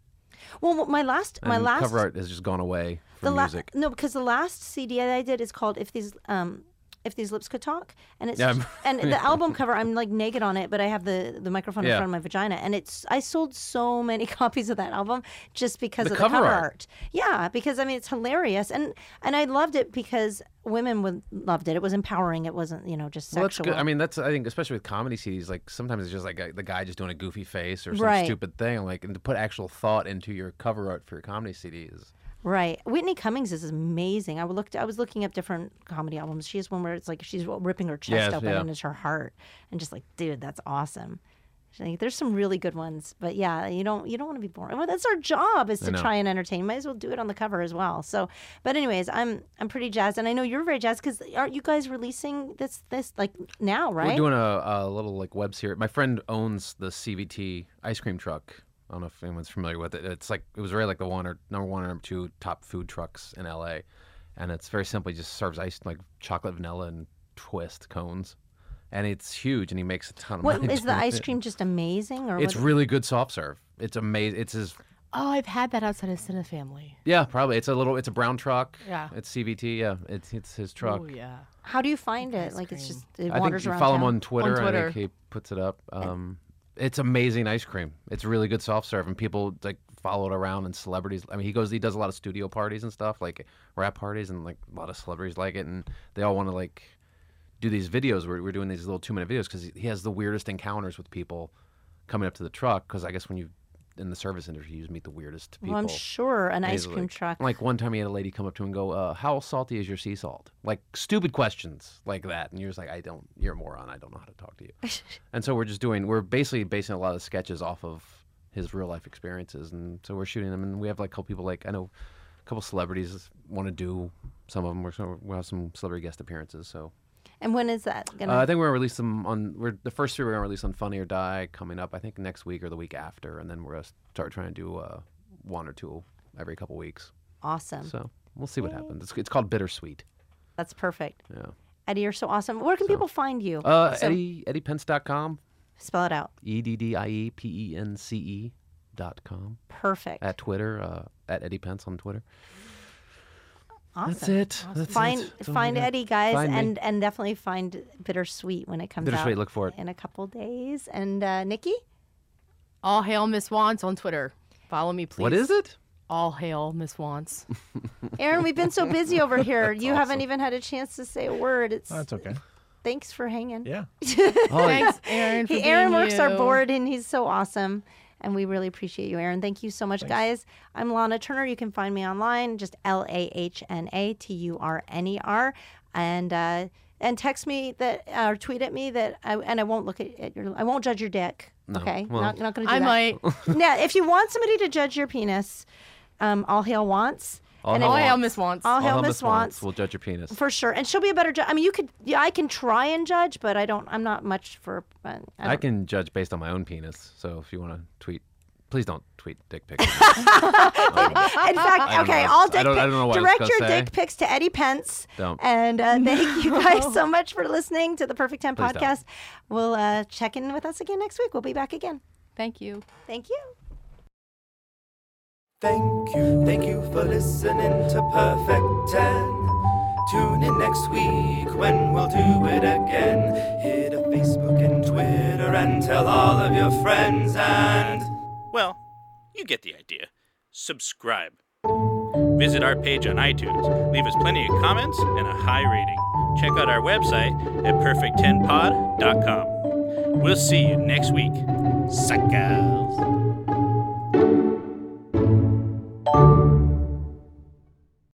Speaker 1: Well, my last, my
Speaker 3: and
Speaker 1: last
Speaker 3: cover art has just gone away
Speaker 1: the
Speaker 3: from
Speaker 1: la-
Speaker 3: music.
Speaker 1: No, because the last CD that I did is called "If These um, If These Lips Could Talk," and it's
Speaker 3: Yeah, I'm-
Speaker 1: and the album cover I'm like naked on it, but I have the the microphone
Speaker 3: Yeah.
Speaker 1: in front of my vagina, and it's I sold so many copies of that album just because
Speaker 3: The
Speaker 1: of
Speaker 3: cover
Speaker 1: the cover
Speaker 3: art.
Speaker 1: art. Yeah, because I mean it's hilarious, and and I loved it because women would, loved it. It was empowering. It wasn't you know just
Speaker 3: Well, that's
Speaker 1: sexual.
Speaker 3: good. I mean, that's I think especially with comedy CDs, like sometimes it's just like a, the guy just doing a goofy face or some
Speaker 1: Right.
Speaker 3: stupid thing, like and to put actual thought into your cover art for your comedy CDs.
Speaker 1: Right. Whitney Cummings is amazing. I looked. I was looking up different comedy albums. She has one where it's like she's ripping her chest
Speaker 3: Yes,
Speaker 1: open
Speaker 3: yeah.
Speaker 1: and it's her heart, and just like, dude, that's awesome. She's like, There's some really good ones, but yeah, you don't you don't want to be boring. Well, that's our job is to
Speaker 3: know.
Speaker 1: try and entertain. Might as well do it on the cover as well. So, but anyways, I'm I'm pretty jazzed, and I know you're very jazzed because aren't you guys releasing this this like now, right?
Speaker 3: We're doing a, a little like web series. My friend owns the CVT ice cream truck. I don't know if anyone's familiar with it. It's like it was really like the one or number one or number two top food trucks in LA, and it's very simply just serves ice like chocolate vanilla and twist cones, and it's huge. And he makes a ton of
Speaker 1: what
Speaker 3: money.
Speaker 1: is the
Speaker 3: doing
Speaker 1: ice
Speaker 3: it.
Speaker 1: cream just amazing or
Speaker 3: It's
Speaker 1: what-
Speaker 3: really good soft serve. It's amazing. It's his
Speaker 2: Oh, I've had that outside of Cine Family.
Speaker 3: yeah probably. It's a little. It's a brown truck.
Speaker 2: Yeah.
Speaker 3: It's CVT. Yeah. It's it's his truck.
Speaker 2: Oh yeah.
Speaker 1: how do you find it?
Speaker 2: ice
Speaker 1: Like it's
Speaker 2: cream.
Speaker 1: just it
Speaker 3: I
Speaker 1: wanders
Speaker 3: think you
Speaker 1: around
Speaker 3: follow him
Speaker 1: town?
Speaker 3: on Twitter. I
Speaker 2: Twitter.
Speaker 3: think he puts it up. Um, it's amazing ice cream. It's really good soft serve, and people like follow it around. And celebrities. I mean, he goes. He does a lot of studio parties and stuff, like rap parties, and like a lot of celebrities like it, and they all want to like do these videos. We're, we're doing these little two minute videos because he has the weirdest encounters with people coming up to the truck. Because I guess when you in the service industry, you just meet the weirdest people.
Speaker 1: Well, I'm sure an
Speaker 3: And
Speaker 1: ice
Speaker 3: he's
Speaker 1: cream
Speaker 3: like-
Speaker 1: truck.
Speaker 3: Like one time, he had a lady come up to him and go, uh, "How salty is your sea salt?" Like stupid questions like that, and you're just like, "I don't. You're a moron. I don't know how to talk to you." and so we're just doing. We're basically basing a lot of sketches off of his real life experiences, and so we're shooting them. And we have like a couple people, like I know, a couple celebrities want to do some of them. We're gonna- we'll have some celebrity guest appearances. So
Speaker 1: and when is that gonna?
Speaker 3: uh, I think we're gonna release them on. We're the first three we're gonna release on Funny or Die coming up. I think next week or the week after, and then we're gonna start trying to do uh, one or two every couple weeks.
Speaker 1: awesome.
Speaker 3: So we'll see what happens. It's, it's called Bittersweet.
Speaker 1: That's perfect.
Speaker 3: Yeah.
Speaker 1: Eddie, you're so awesome. Where can people find you?
Speaker 3: Uh,
Speaker 1: So-
Speaker 3: Eddie, EddiePence.com,
Speaker 1: Spell it out.
Speaker 3: E D D I E P E N C E dot com.
Speaker 1: Perfect.
Speaker 3: At Twitter, uh, at Eddie Pence on Twitter.
Speaker 1: awesome.
Speaker 3: That's it. That's
Speaker 1: Find
Speaker 3: it. That's all I
Speaker 1: find
Speaker 3: got.
Speaker 1: Eddie, guys,
Speaker 3: Find me.
Speaker 1: and and definitely find Bittersweet when it comes
Speaker 3: Bittersweet,
Speaker 1: out
Speaker 3: look for it.
Speaker 1: in a couple days. And uh, Nikki,
Speaker 2: All hail Miss Wants on Twitter. Follow me, please.
Speaker 3: What is it?
Speaker 2: All hail Miss Wants.
Speaker 1: Aaron, we've been so busy over here. you haven't even had a chance to say a word. It's
Speaker 4: Oh, that's okay.
Speaker 1: thanks for hanging.
Speaker 4: Yeah.
Speaker 3: Oh,
Speaker 2: Thanks, Aaron. For
Speaker 1: He,
Speaker 2: being
Speaker 1: Aaron works our
Speaker 2: you.
Speaker 1: board, and he's so awesome. And we really appreciate you, Aaron. Thank you so much, guys. I'm Lana Turner. You can find me online, just L A H N A T U R N E R, and uh, and text me that or tweet at me that I and I won't look at, at your I won't judge your dick. Okay,
Speaker 3: well-
Speaker 1: not, not going to do
Speaker 2: I
Speaker 1: that.
Speaker 2: might.
Speaker 1: Now, if you want somebody to judge your penis, um, all hail wants.
Speaker 3: All
Speaker 1: and
Speaker 3: hail
Speaker 2: All
Speaker 1: if-
Speaker 2: hail Miss Wants.
Speaker 1: All hail
Speaker 3: I'll
Speaker 1: Miss Wants.
Speaker 3: We'll judge your penis.
Speaker 1: For sure, and she'll be a better judge. I mean, you could. Yeah, I can try and judge, but I don't. I'm not much for. Uh, I
Speaker 3: I can judge based on my own penis. So if you want to tweet, please don't tweet dick pics.
Speaker 1: In fact,
Speaker 3: I don't
Speaker 1: okay,
Speaker 3: know.
Speaker 1: all
Speaker 3: I
Speaker 1: dick
Speaker 3: don't-
Speaker 1: pics.
Speaker 3: I don't know what I was
Speaker 1: Direct
Speaker 3: gonna
Speaker 1: your
Speaker 3: say.
Speaker 1: dick pics to Eddie Pence.
Speaker 3: Don't.
Speaker 1: And uh, thank you guys so much for listening to the Perfect 10
Speaker 3: Please don't.
Speaker 1: podcast. We'll uh, check in with us again next week. We'll be back again.
Speaker 2: Thank you.
Speaker 1: Thank you.
Speaker 5: Thank you, thank you for listening to Perfect 10. Tune in next week when we'll do it again. Hit up Facebook and Twitter and tell all of your friends and.
Speaker 6: Well, you get the idea. Subscribe. Visit our page on iTunes. Leave us plenty of comments and a high rating. Check out our website at perfect10pod.com. We'll see you next week. Sucker!